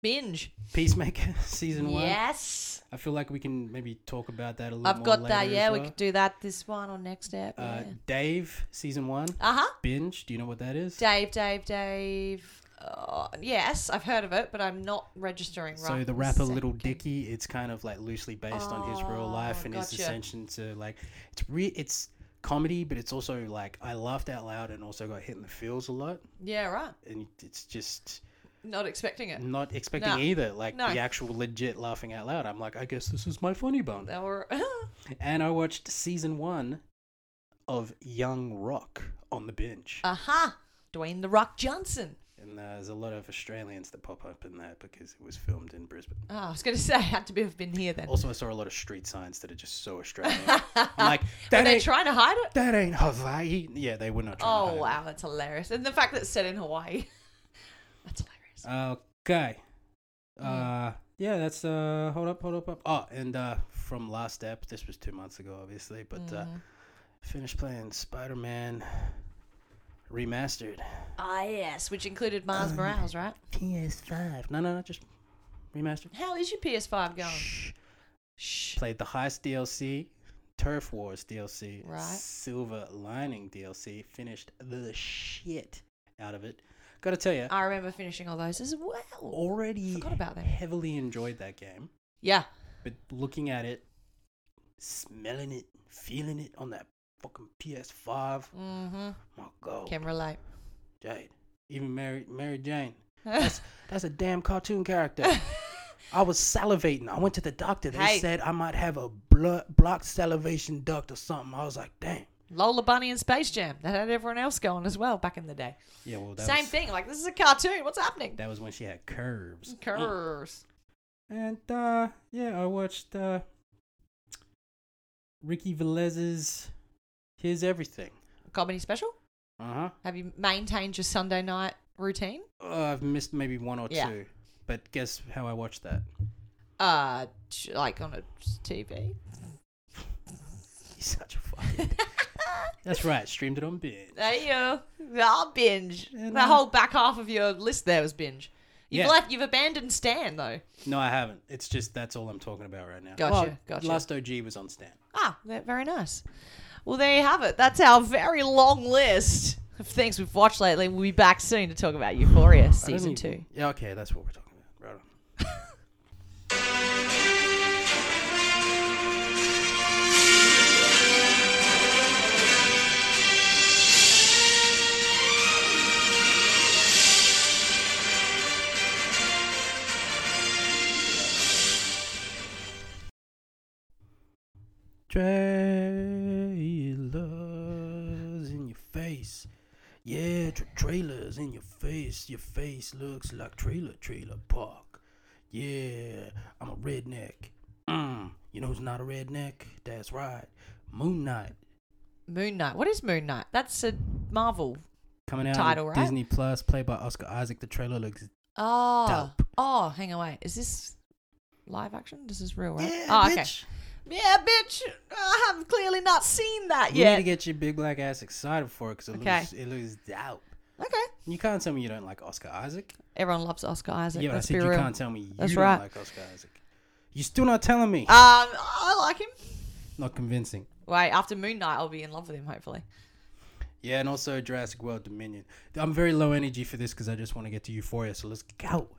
Binge.
Peacemaker season one.
Yes.
I feel like we can maybe talk about that a little.
I've
more
got
later
that.
as
Yeah, we
well.
could do that this one or next step.
Uh,
yeah.
Dave season one.
Uh huh.
Binge. Do you know what that is?
Dave, Dave, Dave. Uh, yes, I've heard of it, but I'm not registering.
So
right
the
this
rapper Little
second.
Dicky, it's kind of like loosely based on his real life
Oh,
and his
gotcha.
ascension to like it's re- it's comedy, but it's also like I laughed out loud and also got hit in the feels a lot,
Yeah, right.
and it's just
Not expecting it.
not expecting
No.
either. Like
No.
the actual legit laughing out loud. I'm like, I guess this is my funny bone.
That were
And I watched season one of Young Rock on the binge,
Uh. aha. uh-huh, Dwayne the Rock Johnson.
and there's a lot of Australians that pop up in that because it was filmed in Brisbane.
Oh, I was going to say I had to be, have been here then.
Also, I saw a lot of street signs that are just so Australian. I'm like,
Are
that
they
ain't,
trying to hide it?
that ain't Hawaii. Yeah, they were not trying
Oh
to hide
wow, that's hilarious. And the fact that it's set in Hawaii. that's hilarious.
it. Okay.
Mm-hmm.
Uh, yeah, that's, uh, hold up, hold up, up. Oh, and, uh, from last step, this was two months ago, obviously, but,
Mm-hmm.
uh,
Mm.
finished playing Spider Man Remastered.
Ah yes, which
Uh,
included Mars Morales, right?
PS5. No, no, no, just Remastered.
How is your PS5 going?
Shh.
Shh.
Played the Heist DLC, Turf Wars DLC,
Right.
Silver Lining DLC, finished the shit out of it. Gotta tell you,
I remember finishing all those as well.
Oh. already
Forgot about that.
heavily enjoyed that game,
Yeah.
but looking at it, smelling it, feeling it on that fucking PS5,
Mm-hmm.
my god,
Can relate.
Jade, even Mary, Mary Jane, that's a damn cartoon character. I was salivating. I went to the doctor. They
Hey.
said I might have a blood blocked salivation duct or something. I was like, damn.
Lola Bunny and Space Jam. That had everyone else going as well back in the day.
Yeah, well, that
Same
was,
thing. Like this is a cartoon. What's happening?
That was when she had curves.
Curse.
And uh, yeah, I watched uh, Ricky Velez's Here's Everything.
Comedy special.
Uh huh.
Have you maintained your Sunday night routine?
Uh, I've missed maybe one or
Yeah.
two, but guess how I watched that?
Uh, j- like on a TV.
He's such a fucking. That's right. Streamed it on binge.
There you go. I'll binge.
And
the
I-
whole back half of your list there was binge. You've
Yeah.
left. You've abandoned Stan though.
No, I haven't. It's just that's all I'm talking about right now. Oh,
Gotcha, gotcha.
Last OG was on Stan.
Ah, ve- very nice. Well, there you have it. That's our very long list of things we've watched lately. We'll be back soon to talk about Euphoria
I don't
season
even-
two.
Yeah, okay, that's what we're talking about. Right on. Trailers in your face. Yeah, tra- trailers in your face. Your face looks like trailer, trailer park. Yeah, I'm a redneck. Mm, you know who's not a redneck? That's right. Moon Knight.
Moon Knight. What is Moon Knight? That's a Marvel.
Coming out
Title,
on
right?
Disney Plus, played by Oscar Isaac. The trailer looks. Ah.
Oh, oh, hang on, wait. Is this live action? This is real, right?
Yeah,
oh, okay.
bitch.
Yeah, bitch. I have clearly not seen that
You need
yet.
to get your big black ass excited for it because it,
Okay.
looks, it looks dope.
okay.
You can't tell me you don't like Oscar Isaac.
Everyone loves Oscar Isaac.
yeah, but I
let's
said you
be real.
can't tell me you
That's
don't
right.
like Oscar Isaac. You're still not telling me.
Um, I like him.
Not convincing.
Wait, after Moon Knight, I'll be in love with him. Hopefully.
Yeah, and also Jurassic World Dominion. I'm very low energy for this because I just want to get to Euphoria. So let's go.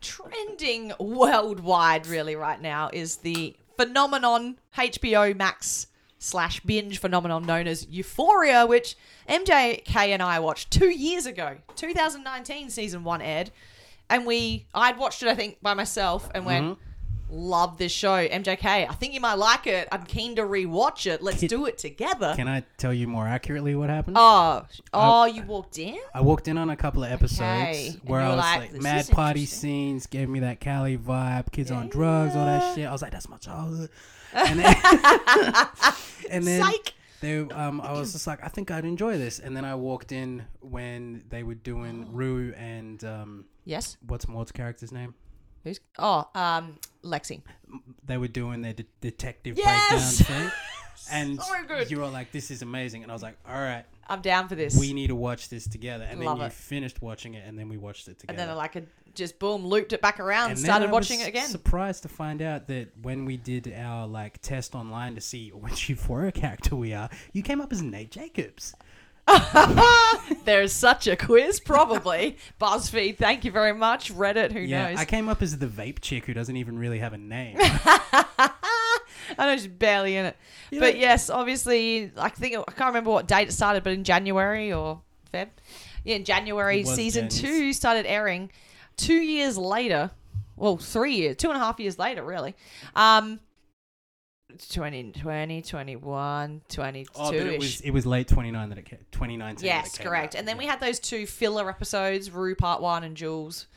trending worldwide really right now is the phenomenon HBO Max slash binge phenomenon known as Euphoria, which MJK and I watched two years ago. 2019 season one aired. And we I'd watched it, I think, by myself and went,
Mm-hmm.
Love this show. MJK, I think you might like it. I'm keen to rewatch it. Let's
Can-
do it together.
Can I tell you more accurately what happened?
oh, oh, you walked in?
I walked in on a couple of episodes
Okay, and
where
you
I
were
was
like,
like,
"This
mad
is
party
interesting."
scenes gave me that Cali vibe, kids on drugs, all that
Yeah.
shit. I was like, that's my childhood. And then, and then
Psych.
they, um, I was just like, I think I'd enjoy this. And then I walked in when they were
Oh.
doing Rue and um,
Yes.
what's Maud's character's name?
Who's? Oh, um, Lexi.
They were doing their de- detective
Yes! Oh
breakdown thing. And
So good.
you were like, this is amazing. And I was like, all right,
I'm down for this.
we need to watch this together. And
Love
then you
it.
finished watching it, and then we watched it
and
together.
then I like just boom looped it back around and
then
started
I
watching
was
it again.
Surprised to find out that when we did our like test online to see which Euphoria character we are, you came up as Nate Jacobs.
There's such a quiz, probably. BuzzFeed, thank you very much. Reddit, who
Yeah,
knows?
I came up as the vape chick who doesn't even really have a name.
I know she's barely in it. but yes, obviously, I think I can't remember what date it started, but in January or Feb, yeah, in January,
It was
season
Jan's.
two started airing. Two years later, well, three years, two and a half years later, really. Um, 2020, 21, 22
oh, but it was it was late 29 that it came, 2019. that it
Yes,
came
correct.
out.
And then we
Yeah.
had those two filler episodes, Rue Part One and Jules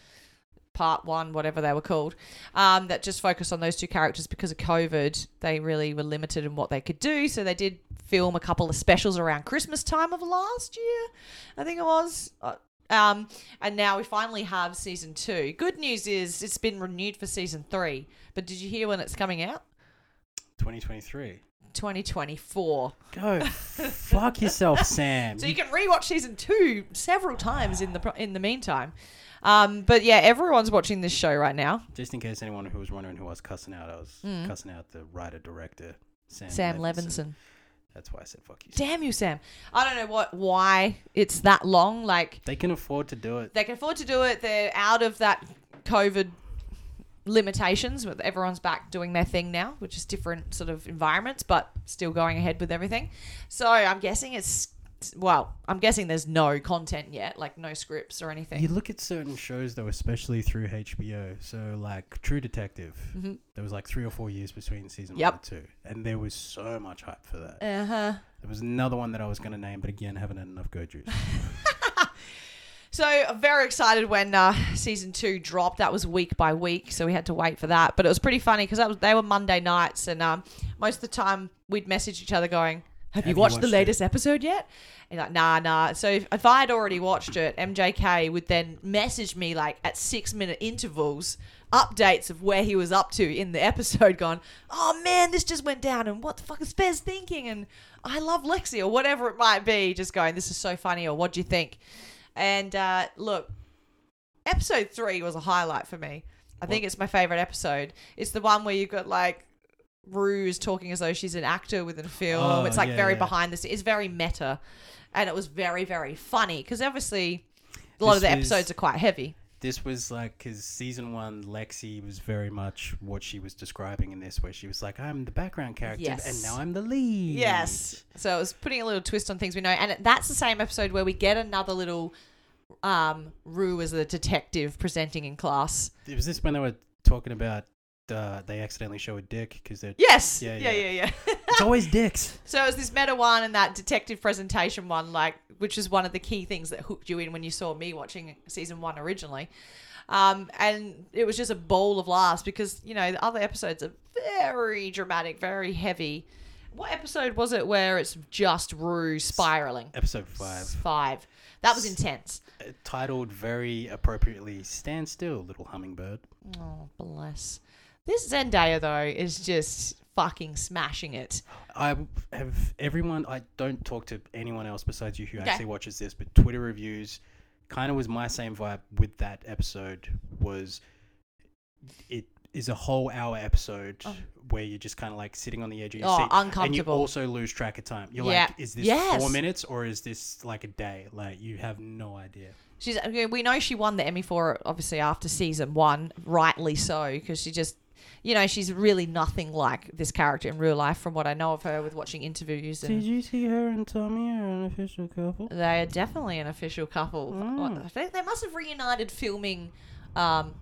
Part One, whatever they were called, um, that just focused on those two characters because of COVID. They really were limited in what they could do, so they did film a couple of specials around Christmas time of last year, I think it was. Uh, Um, and now we finally have season two. Good news is it's been renewed for season three. But did you hear when it's coming out?
2023.
2024.
Go fuck yourself, Sam.
So you can rewatch season two several times in the pro- in the meantime. Um, but yeah, everyone's watching this show right now.
Just in case anyone who was wondering who I was cussing out, I was cussing out the writer director Sam
Mm. Sam
Levinson.
Levinson.
That's why I said fuck you. Sam.
Damn you, Sam. I don't know what why it's that long. Like
They can afford to do it.
they can afford to do it. They're out of that COVID limitations. With everyone's back doing their thing now, which is different sort of environments, but still going ahead with everything. So I'm guessing it's well, I'm guessing there's no content yet, like no scripts or anything.
You look at certain shows though, especially through HBO. So like True Detective, there was like three or four years between season
Mm-hmm. Yep.
one and two, and there was so much hype for that.
Uh huh.
There was another one that I was going to name, but again, haven't had enough go juice.
So I'm very excited when uh, season two dropped. That was week by week, so we had to wait for that. But it was pretty funny because that was they were Monday nights, and um, most of the time we'd message each other going, "Have, you watched, the latest episode yet?" And like, "Nah, nah." So if, if I had already watched it, MJK would then message me like at six minute intervals updates of where he was up to in the episode, going, "Oh man, this just went down," and "What the fuck is Bez thinking?" and "I love Lexi" or whatever it might be, just going, "This is so funny," or "What do you think?" And uh, look, episode three was a highlight for me. I think it's my favorite episode. It's the one where you've got like Rue is talking as though she's an actor within a film.
Oh,
it's like
yeah,
very
yeah.
behind the scenes. It's very meta, and it was very very funny because obviously a lot of
This
the episodes
was-
are quite heavy.
this was like because season one, Lexi was very much what she was describing in this, where she was like, "I'm the background character,
Yes.
and now I'm the lead."
Yes. So it was putting a little twist on things we know, and it- that's the same episode where we get another little um Rue as a detective presenting in class.
Was this when they were talking about uh, they accidentally show a dick because they're
Yes.
Yeah,
yeah,
yeah.
yeah. yeah.
it's always dicks.
So it was this meta one and that detective presentation one, like which is one of the key things that hooked you in when you saw me watching season one originally. Um, and it was just a bowl of laughs because you know the other episodes are very dramatic, very heavy. What episode was it where it's just Rue spiraling?
Episode five.
Five. That was intense.
titled very appropriately "Stand Still, Little Hummingbird."
Oh bless. This Zendaya though is just fucking smashing it.
I have everyone. I don't talk to anyone else besides you who
Okay.
actually watches this, but Twitter reviews kind of was my same vibe with that episode. Was it is a whole hour episode where you're just kind of like sitting on the edge of your
Oh,
seat, and you
uncomfortable.
also lose track of time. You're
Yeah.
like, is this
Yes.
four minutes or is this like a day? Like you have no idea.
She's. I mean, We know she won the Emmy for it, obviously after season one, rightly so, because she just, you know, she's really nothing like this character in real life, from what I know of her with watching interviews.
Did
And
you see her and Tommy are an official couple?
they are definitely an official couple. I think they must have reunited filming. Um,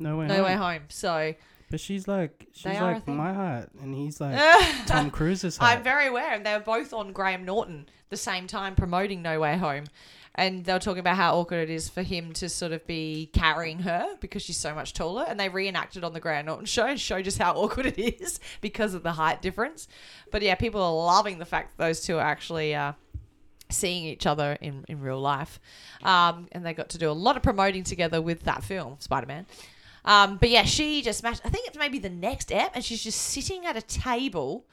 No way.
no
home.
way home. So
But she's like, she's
They are a
like
thing.
my heart, and he's like Tom Cruise's heart.
I'm very aware, and they were both on Graham Norton the same time promoting No Way Home, and they were talking about how awkward it is for him to sort of be carrying her because she's so much taller. And they reenacted on the Graham Norton show and show just how awkward it is because of the height difference. But yeah, people are loving the fact that those two are actually uh, seeing each other in, in real life. Um, and they got to do a lot of promoting together with that film, Spider Man. Um, but yeah, she just smashed. I think it's maybe the next ep, and she's just sitting at a table.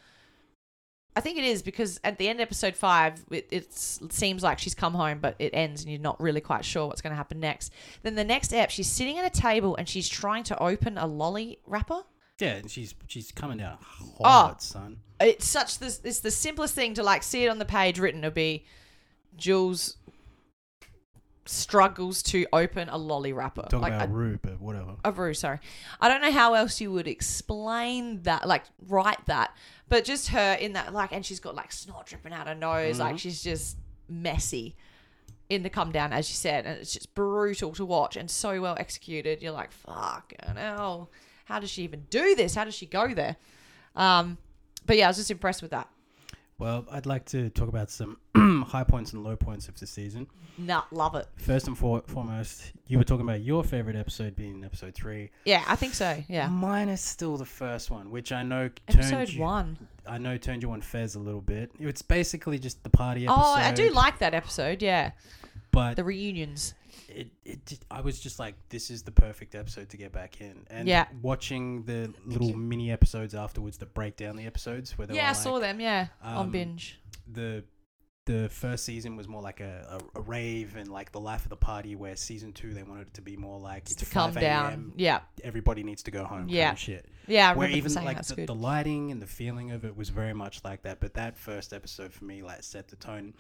I think it is because at the end of episode five, it, it's, it seems like she's come home, but it ends and you're not really quite sure what's going to happen next. Then the next ep, she's sitting at a table and she's trying to open a lolly wrapper.
Yeah, and she's she's coming down
Oh,
hard, son.
It's such this. It's the simplest thing to like see it on the page written. It'll be Jules struggles to open a lolly wrapper.
Talking
like
about
I-
Rue, but whatever.
of Rue, sorry. I don't know how else you would explain that, like write that, but just her in that, like, and she's got like snot dripping out her nose, like she's just messy in the come down, as you said, and it's just brutal to watch and so well executed. You're like, fucking hell, how does she even do this? How does she go there? Um, but yeah, I was just impressed with that.
Well, I'd like to talk about some high points and low points of the season.
Nah, love it.
First and for- foremost, you were talking about your favorite episode being episode three.
Yeah, I think so. Yeah,
Mine is still the first one, which I know turned
episode
Mm-hmm. you,
one.
I know turned you on Fez a little bit. It's basically just the party episode.
Oh, I do like that episode. Yeah,
but
the reunions.
it, it just- I was just like, this is the perfect episode to get back in. And
Yeah.
watching the little mini episodes afterwards that break down the episodes where they
Yeah, I
were
saw
like,
them. Yeah, on
um,
binge.
the the first season was more like a, a, a rave and like the life of the party where season two they wanted it to be more like it's
to calm
5
down.
a.m.
Yeah,
everybody needs to go home yeah
Yeah.
kind of shit
yeah. I remember
where
them
even
saying
like
that's
the,
good.
the lighting and the feeling of it was very much like that but that first episode for me like set the tone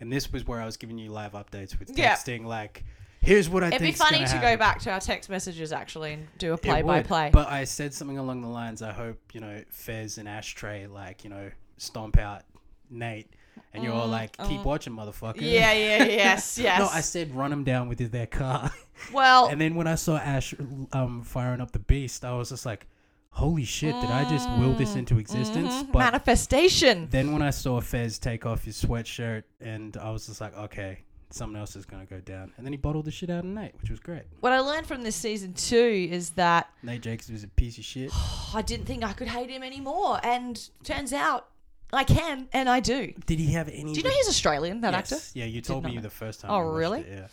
and this was where i was giving you live updates with
Yeah.
texting like here's what i
It'd be
think's
funny to
gonna
go
happen."
back to our text messages actually and do a
It
play by
would,
play.
But I said something along the lines, I hope, you know, Fez and Ashtray, like, you know, stomp out Nate. And you're all like, keep watching, motherfucker.
Yeah, yeah, yes, yes.
No, I said run them down with their car.
well,
and then when I saw Ash um, firing up the beast, I was just like, holy shit, did I just will this into existence? But
manifestation.
then when I saw Fez take off his sweatshirt, and I was just like, okay, something else is going to go down. And then he bottled the shit out of Nate, which was great.
What I learned from this season two is that
Nate Jacobs was a piece of shit.
oh, I didn't think I could hate him anymore, and turns out I can and I do.
Did he have any.
Do you know he's Australian? That actor.
Yeah, you told
not
me
know.
the first time.
Oh,
I watched
really?
it, yeah.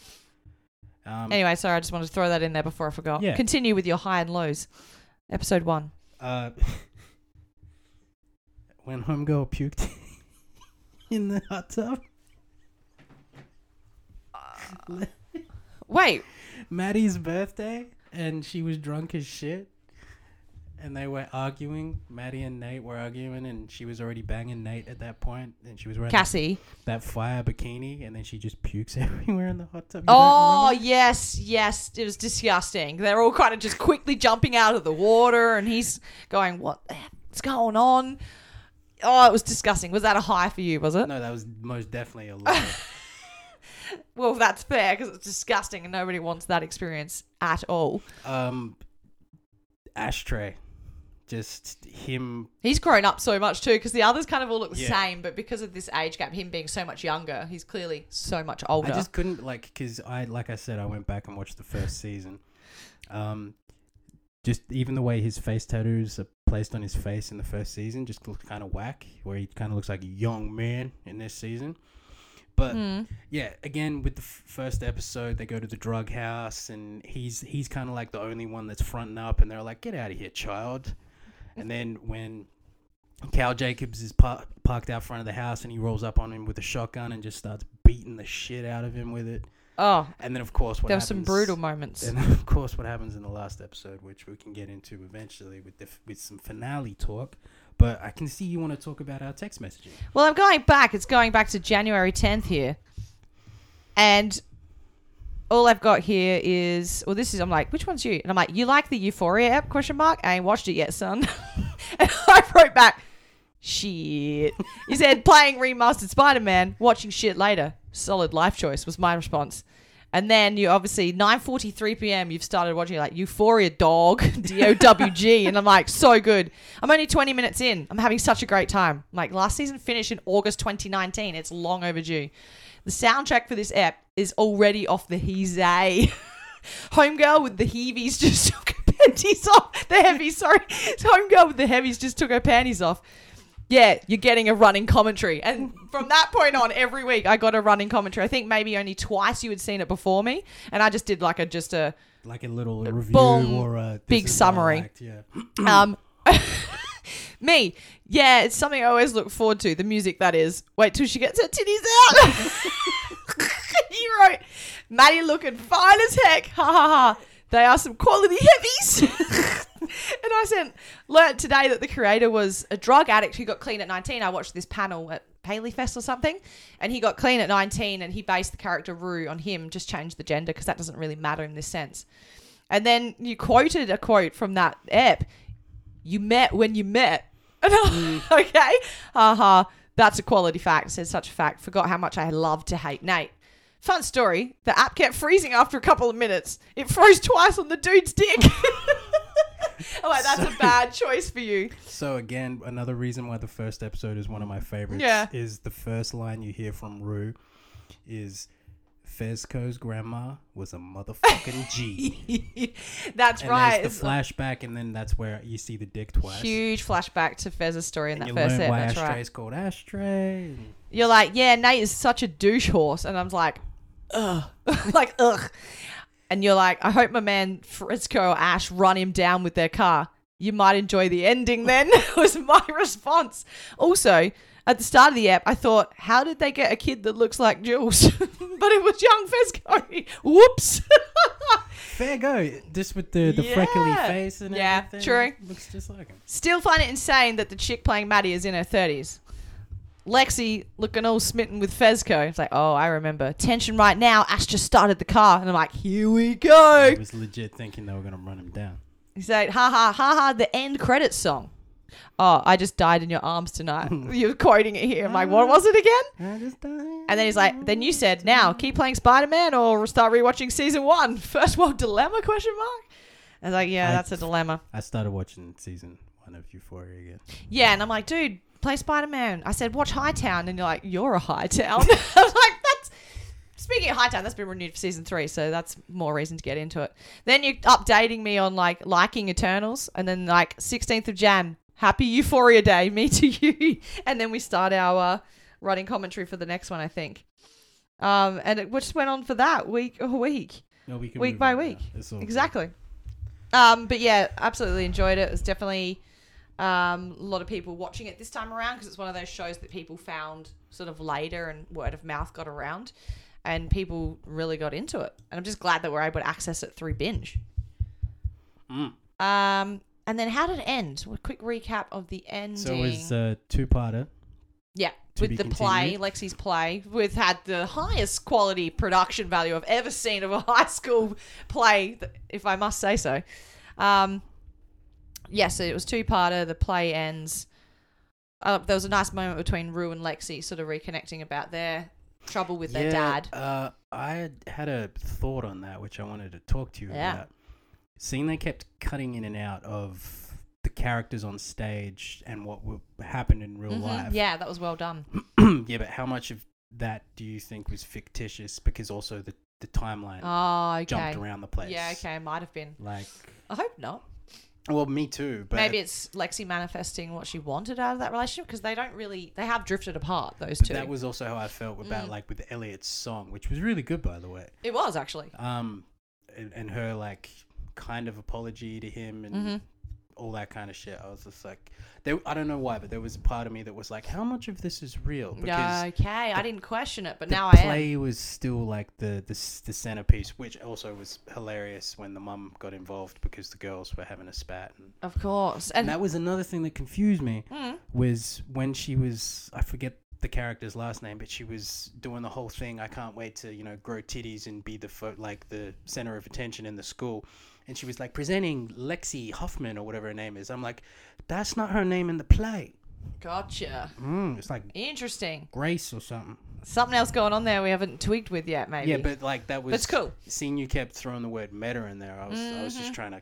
Um,
Anyway, sorry, I just wanted to throw that in there before I forgot.
Yeah.
Continue with your high and lows. Episode one.
uh, when homegirl puked in the hot tub,
Wait,
Maddie's birthday, and she was drunk as shit. And they were arguing. Maddie and Nate were arguing, and she was already banging Nate at that point. And she was wearing
Cassie.
that fire bikini, and then she just pukes everywhere in the hot tub. You don't
Oh
remember?
yes, yes, it was disgusting. They're all kind of just quickly jumping out of the water, and he's going, "What the heck's going on?" Oh, it was disgusting. Was that a high for you? Was it?
No, that was most definitely a lie.
Well, that's fair because it's disgusting, and nobody wants that experience at all.
um ashtray just him
He's grown up so much too, because the others kind of all look the
Yeah.
same, but because of this age gap, him being so much younger, he's clearly so much older.
i just couldn't like because i like i said i went back and watched the first season um just even the way his face tattoos are placed on his face in the first season just looks kind of whack where he kind of looks like a young man in this season but
Mm.
yeah again with the f- first episode they go to the drug house and he's he's kind of like the only one that's fronting up and they're like get out of here child and then when cal jacobs is par- parked out front of the house and he rolls up on him with a shotgun and just starts beating the shit out of him with it
Oh,
and then of course what
there were some
happens-
brutal moments.
and then, of course, what happens in the last episode, which we can get into eventually with the, f- with some finale talk, but I can see you want to talk about our text messaging.
Well, I'm going back. It's going back to January 10th here. And all I've got here is, well, this is, I'm like, which one's you? And I'm like, you like the Euphoria app? Question mark. I ain't watched it yet, son. and I wrote back, shit. You said playing remastered Spider-Man, watching shit later. Solid life choice was my response. And then you obviously 9:43 p.m. You've started watching like Euphoria, dog, D O W G, and I'm like, so good. I'm only 20 minutes in. I'm having such a great time. I'm like last season finished in August 2019. It's long overdue. The soundtrack for this app is already off the heezy. Homegirl with the heavies just took her panties off. The heavy, sorry. Homegirl with the heavies just took her panties off. Yeah, you're getting a running commentary. And from that point on, every week I got a running commentary. I think maybe only twice you had seen it before me. And I just did like a just a
like a little review
bong,
or a this
big
is what I
summary.
liked, yeah.
um, me, yeah, it's something I always look forward to. The music that is. Wait till she gets her titties out. you wrote, Maddie looking fine as heck. Ha ha ha. They are some quality heavies. and I sent learnt today that the creator was a drug addict who got clean at 19. I watched this panel at Paley Fest or something, and he got clean at 19, and he based the character Rue on him. Just changed the gender because that doesn't really matter in this sense. And then you quoted a quote from that ep. You met when you met. And I- okay. Haha. That's a quality fact. Said such a fact. Forgot how much I love to hate Nate. Fun story. The app kept freezing after a couple of minutes. It froze twice on the dude's dick. I'm like, that's a bad choice for you.
So again, another reason why the first episode is one of my favorites
Yeah.
is the first line you hear from Rue is Fezco's grandma was a motherfucking G.
that's
and
right.
there's
It's
the flashback and then that's where you see the dick
a
twice.
huge flashback to Fez's story in
and
that
you
first
learn
set.
why
That's
Ashtray's
right.
called Ashtray.
you're like, yeah, Nate is such a douche horse. And I'm like, ugh. like, ugh. And you're like, I hope my man Frisco or Ash run him down with their car. You might enjoy the ending then, was my response. Also, at the start of the app, I thought, how did they get a kid that looks like Jules? but it was young Fresco. Whoops.
Fair go. Just with the, the freckly
Yeah.
face and
Yeah,
everything.
true.
Looks just like him.
Still find it insane that the chick playing Maddie is in her 30s. Lexi looking all smitten with Fezco. It's like, oh, I remember. Tension right now. Ash just started the car. And I'm like, here we
I
go.
was legit thinking they were gonna run him down.
He's like, ha ha ha ha, the end credits song. Oh, I just died in your arms tonight. You're quoting it here. I'm like, what was it again?
I just died.
And then he's like, then you said, now keep playing Spider Man or start rewatching season one. First world dilemma? Question mark. I was like, yeah,
I-
that's a dilemma.
I started watching season one of Euphoria again.
Yeah, and I'm like, dude, play Spider Man. I said, watch Hightown, and you're like, you're a Hightown. I was like, that's speaking of Hightown, that's been renewed for season three, so that's more reason to get into it. Then you're updating me on like liking Eternals, and then like 16th of Jan, happy Euphoria Day, me to you, and then we start our uh, running commentary for the next one, I think. Um, and it just went on for that week or week.
No, we can
Week
move
by
on now.
week.
It's all good.
Exactly. Um, but yeah, absolutely enjoyed it. It was definitely um, a lot of people watching it this time around because it's one of those shows that people found sort of later and word of mouth got around, and people really got into it. And I'm just glad that we're able to access it through binge.
Mm.
Um, and then how did it end? Well, quick recap of the ending.
So it was uh, two-parter.
Yeah,
to
with
be
the play, Lexi's play, with had the highest quality production value I've ever seen of a high school play, th- if I must say so. Um, yeah, so it was two parter. The play ends. Uh, there was a nice moment between Rue and Lexi, sort of reconnecting about their trouble with their dad.
Uh, I had- had a thought on that, which I wanted to talk to you
Yeah.
about. Seeing they kept cutting in and out of the characters on stage and what would happen in real
Mhm.
life.
Yeah, that was well done.
yeah, but how much of that do you think was fictitious? Because also the, the timeline
Oh, okay.
jumped around the place.
Yeah, okay, might have been.
Like,
I hope not.
well, me too. But
Maybe it's Lexi manifesting what she wanted out of that relationship because they don't really, they have drifted apart, those
but
two. Mm.
that was also how I felt about like with Elliot's song, which was really good, by the way.
it was actually.
um and, and her like kind of apology to him and
Mhm.
all that kind of shit i was just like there i don't know why but there was a part of me that was like how much of this is real because
Yeah, okay, I didn't question it, but
the
now I am.
play was still like the, the s- the centerpiece which also was hilarious when the mum got involved because the girls were having a spat and,
Of course. And
and that was another thing that confused me
Mm.
was when she was I forget the character's last name, but she was doing the whole thing. I can't wait to you know grow titties and be the fo- like the center of attention in the school. And she was like presenting Lexi Hoffman or whatever her name is. I'm like, that's not her name in the play.
gotcha.
Mm, it's like
Interesting.
Grace or something.
Something else going on there we haven't twigged with yet, maybe.
Yeah, but like that was
That's cool. Mm-hmm.
Seeing you kept throwing the word meta in there, I was I was just trying to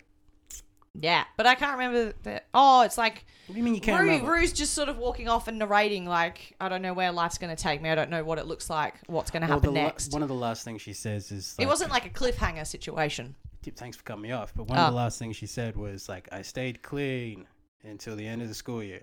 Yeah, but I can't remember. The, oh, it's like
What do you mean you can't
Rue,
remember?
Rue's just sort of walking off and narrating, like, I don't know where life's going to take me. I don't know what it looks like, what's going to
Well,
happen
the la-
next.
one of the last things she says is
it
like,
wasn't like a cliffhanger situation.
thanks for cutting me off. But one
Oh.
of the last things she said was like, I stayed clean until the end of the school year.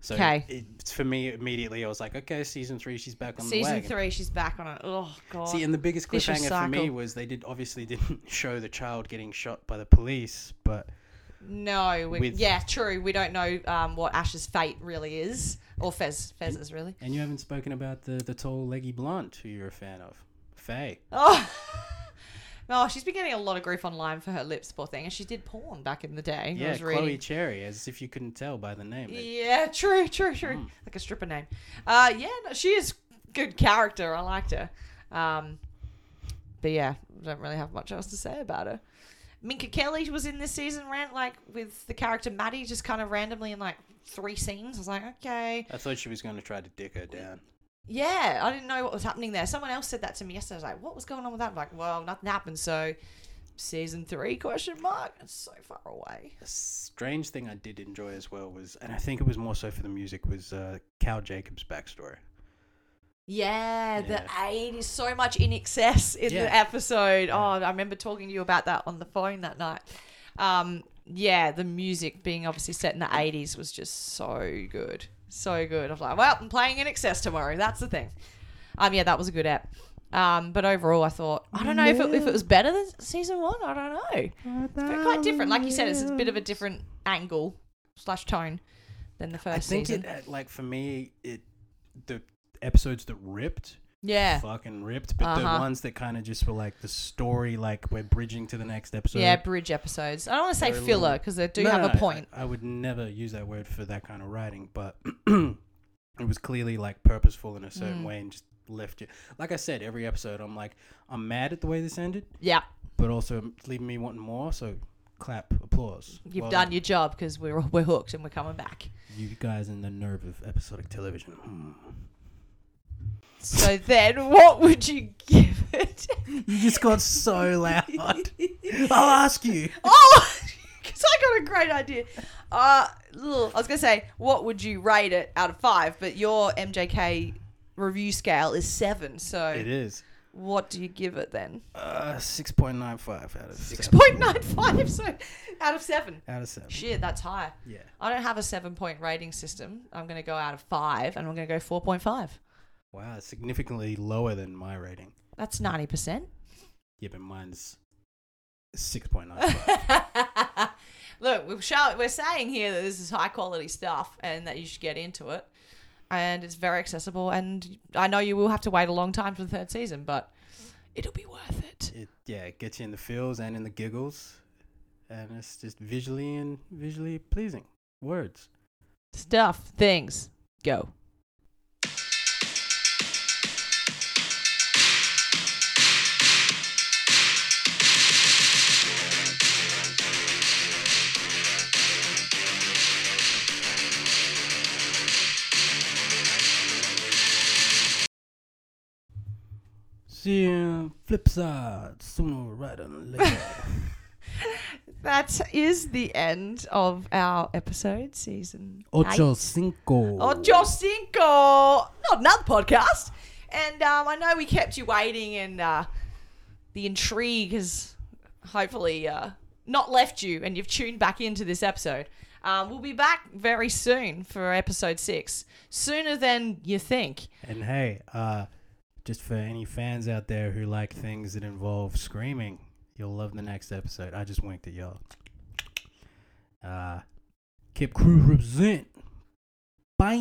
So
Okay.
it, for me, immediately I was like, okay, season three, she's back on the
Season
wagon.
three, she's back on it. Oh, God.
See, and the biggest
vicious
cliffhanger for me
cycle.
was they did obviously didn't show the child getting shot by the police, but
no. We,
with-
yeah, true. We don't know um, what Ash's fate really is, or Fez, Fez's, really.
and you haven't spoken about the the tall leggy blonde who you're a fan of, Faye.
Oh. Oh, she's been getting a lot of grief online for her lips, poor thing. And she did porn back in the day. I
Yeah,
was
Chloe
reading.
Cherry, as if you couldn't tell by the name. It-
Yeah, true, true, true.
Mm.
Like a stripper name. Uh, yeah, no, she is good character. I liked her. Um, but yeah, I don't really have much else to say about her. Minka Kelly was in this season rant, like with the character Maddie, just kind of randomly in like three scenes. I was like, okay,
I thought she was going to try to dick her down.
yeah, I didn't know what was happening there. Someone else said that to me yesterday. I was like, what was going on with that? I'm like, well, nothing happened. So season three question mark. It's so far away.
A strange thing I did enjoy as well was, and I think it was more so for the music, was uh, Cal Jacobs' backstory.
Yeah, the
Yeah.
aid is so much in excess in
Yeah.
the episode. Oh, I remember talking to you about that on the phone that night. Um, yeah, the music being obviously set in the eighties was just so good, so good. I was like, well, I'm playing in excess tomorrow. That's the thing. Um, yeah, that was a good app. Um, but overall, I thought I don't know if it, if it was better than season one. I don't know. But quite different, like you said, it's a bit of a different angle slash tone than the first
I think
season.
it, uh, like for me, it the episodes that ripped
yeah,
fucking ripped, but
Uh-huh.
the ones that kind of just were like the story, like we're bridging to the next episode.
yeah, bridge episodes. I don't want to say
They're a
filler
little-
because they do
No,
have
no,
a point.
I, I would never use that word for that kind of writing, but it was clearly like purposeful in a certain
Mm.
way and just left you. Like I said, every episode, I'm like, I'm mad at the way this ended,
yeah,
but also it's leaving me wanting more. So clap, applause.
you've
Well
done your job because we're we're hooked and we're coming back.
You guys and the nerve of episodic television. Hmm.
So then, what would you give it?
You just got so loud. I'll ask you.
oh, because I got a great idea. Uh, ugh, I was gonna say, what would you rate it out of five? But your MJK review scale is seven. So
It is
what do you give it then?
uh, six point nine five out of
Six
seven.
point nine five. So out of seven.
out of seven.
Shit, that's high.
Yeah.
I don't have a seven point rating system. I'm going to go out of five and I'm going to go 4.5.
Wow, it's significantly lower than my rating.
That's 90%.
Yeah, but mine's six point nine five.
Look, we've show, we're saying here that this is high quality stuff and that you should get into it. And it's very accessible. And I know you will have to wait a long time for the third season, but it'll be worth it.
it yeah, it gets you in the feels and in the giggles, and it's just visually and visually pleasing. Words.
Stuff, things, go.
See you flip side sooner rather than later.
That is the end of our episode, season.
Ocho
eight.
cinco.
Ocho Oh, Cinco, not another podcast. And um, I know we kept you waiting, and uh, the intrigue has hopefully uh, not left you, and you've tuned back into this episode. Um, we'll be back very soon for episode six, sooner than you think.
And hey, uh, just for any fans out there who like things that involve screaming, you'll love the next episode. I just winked at y'all. Uh, Kip Crew represent. Bye.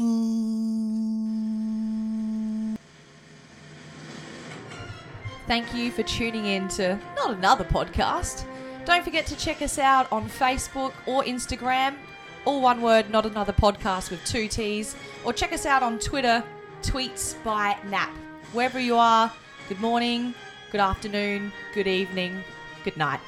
Thank you for tuning in to Not Another Podcast. Don't forget to check us out on Facebook or Instagram, all one word, Not Another Podcast with two T's, or check us out on Twitter, tweets by Nap. Wherever you are, good morning, good afternoon, good evening, good night.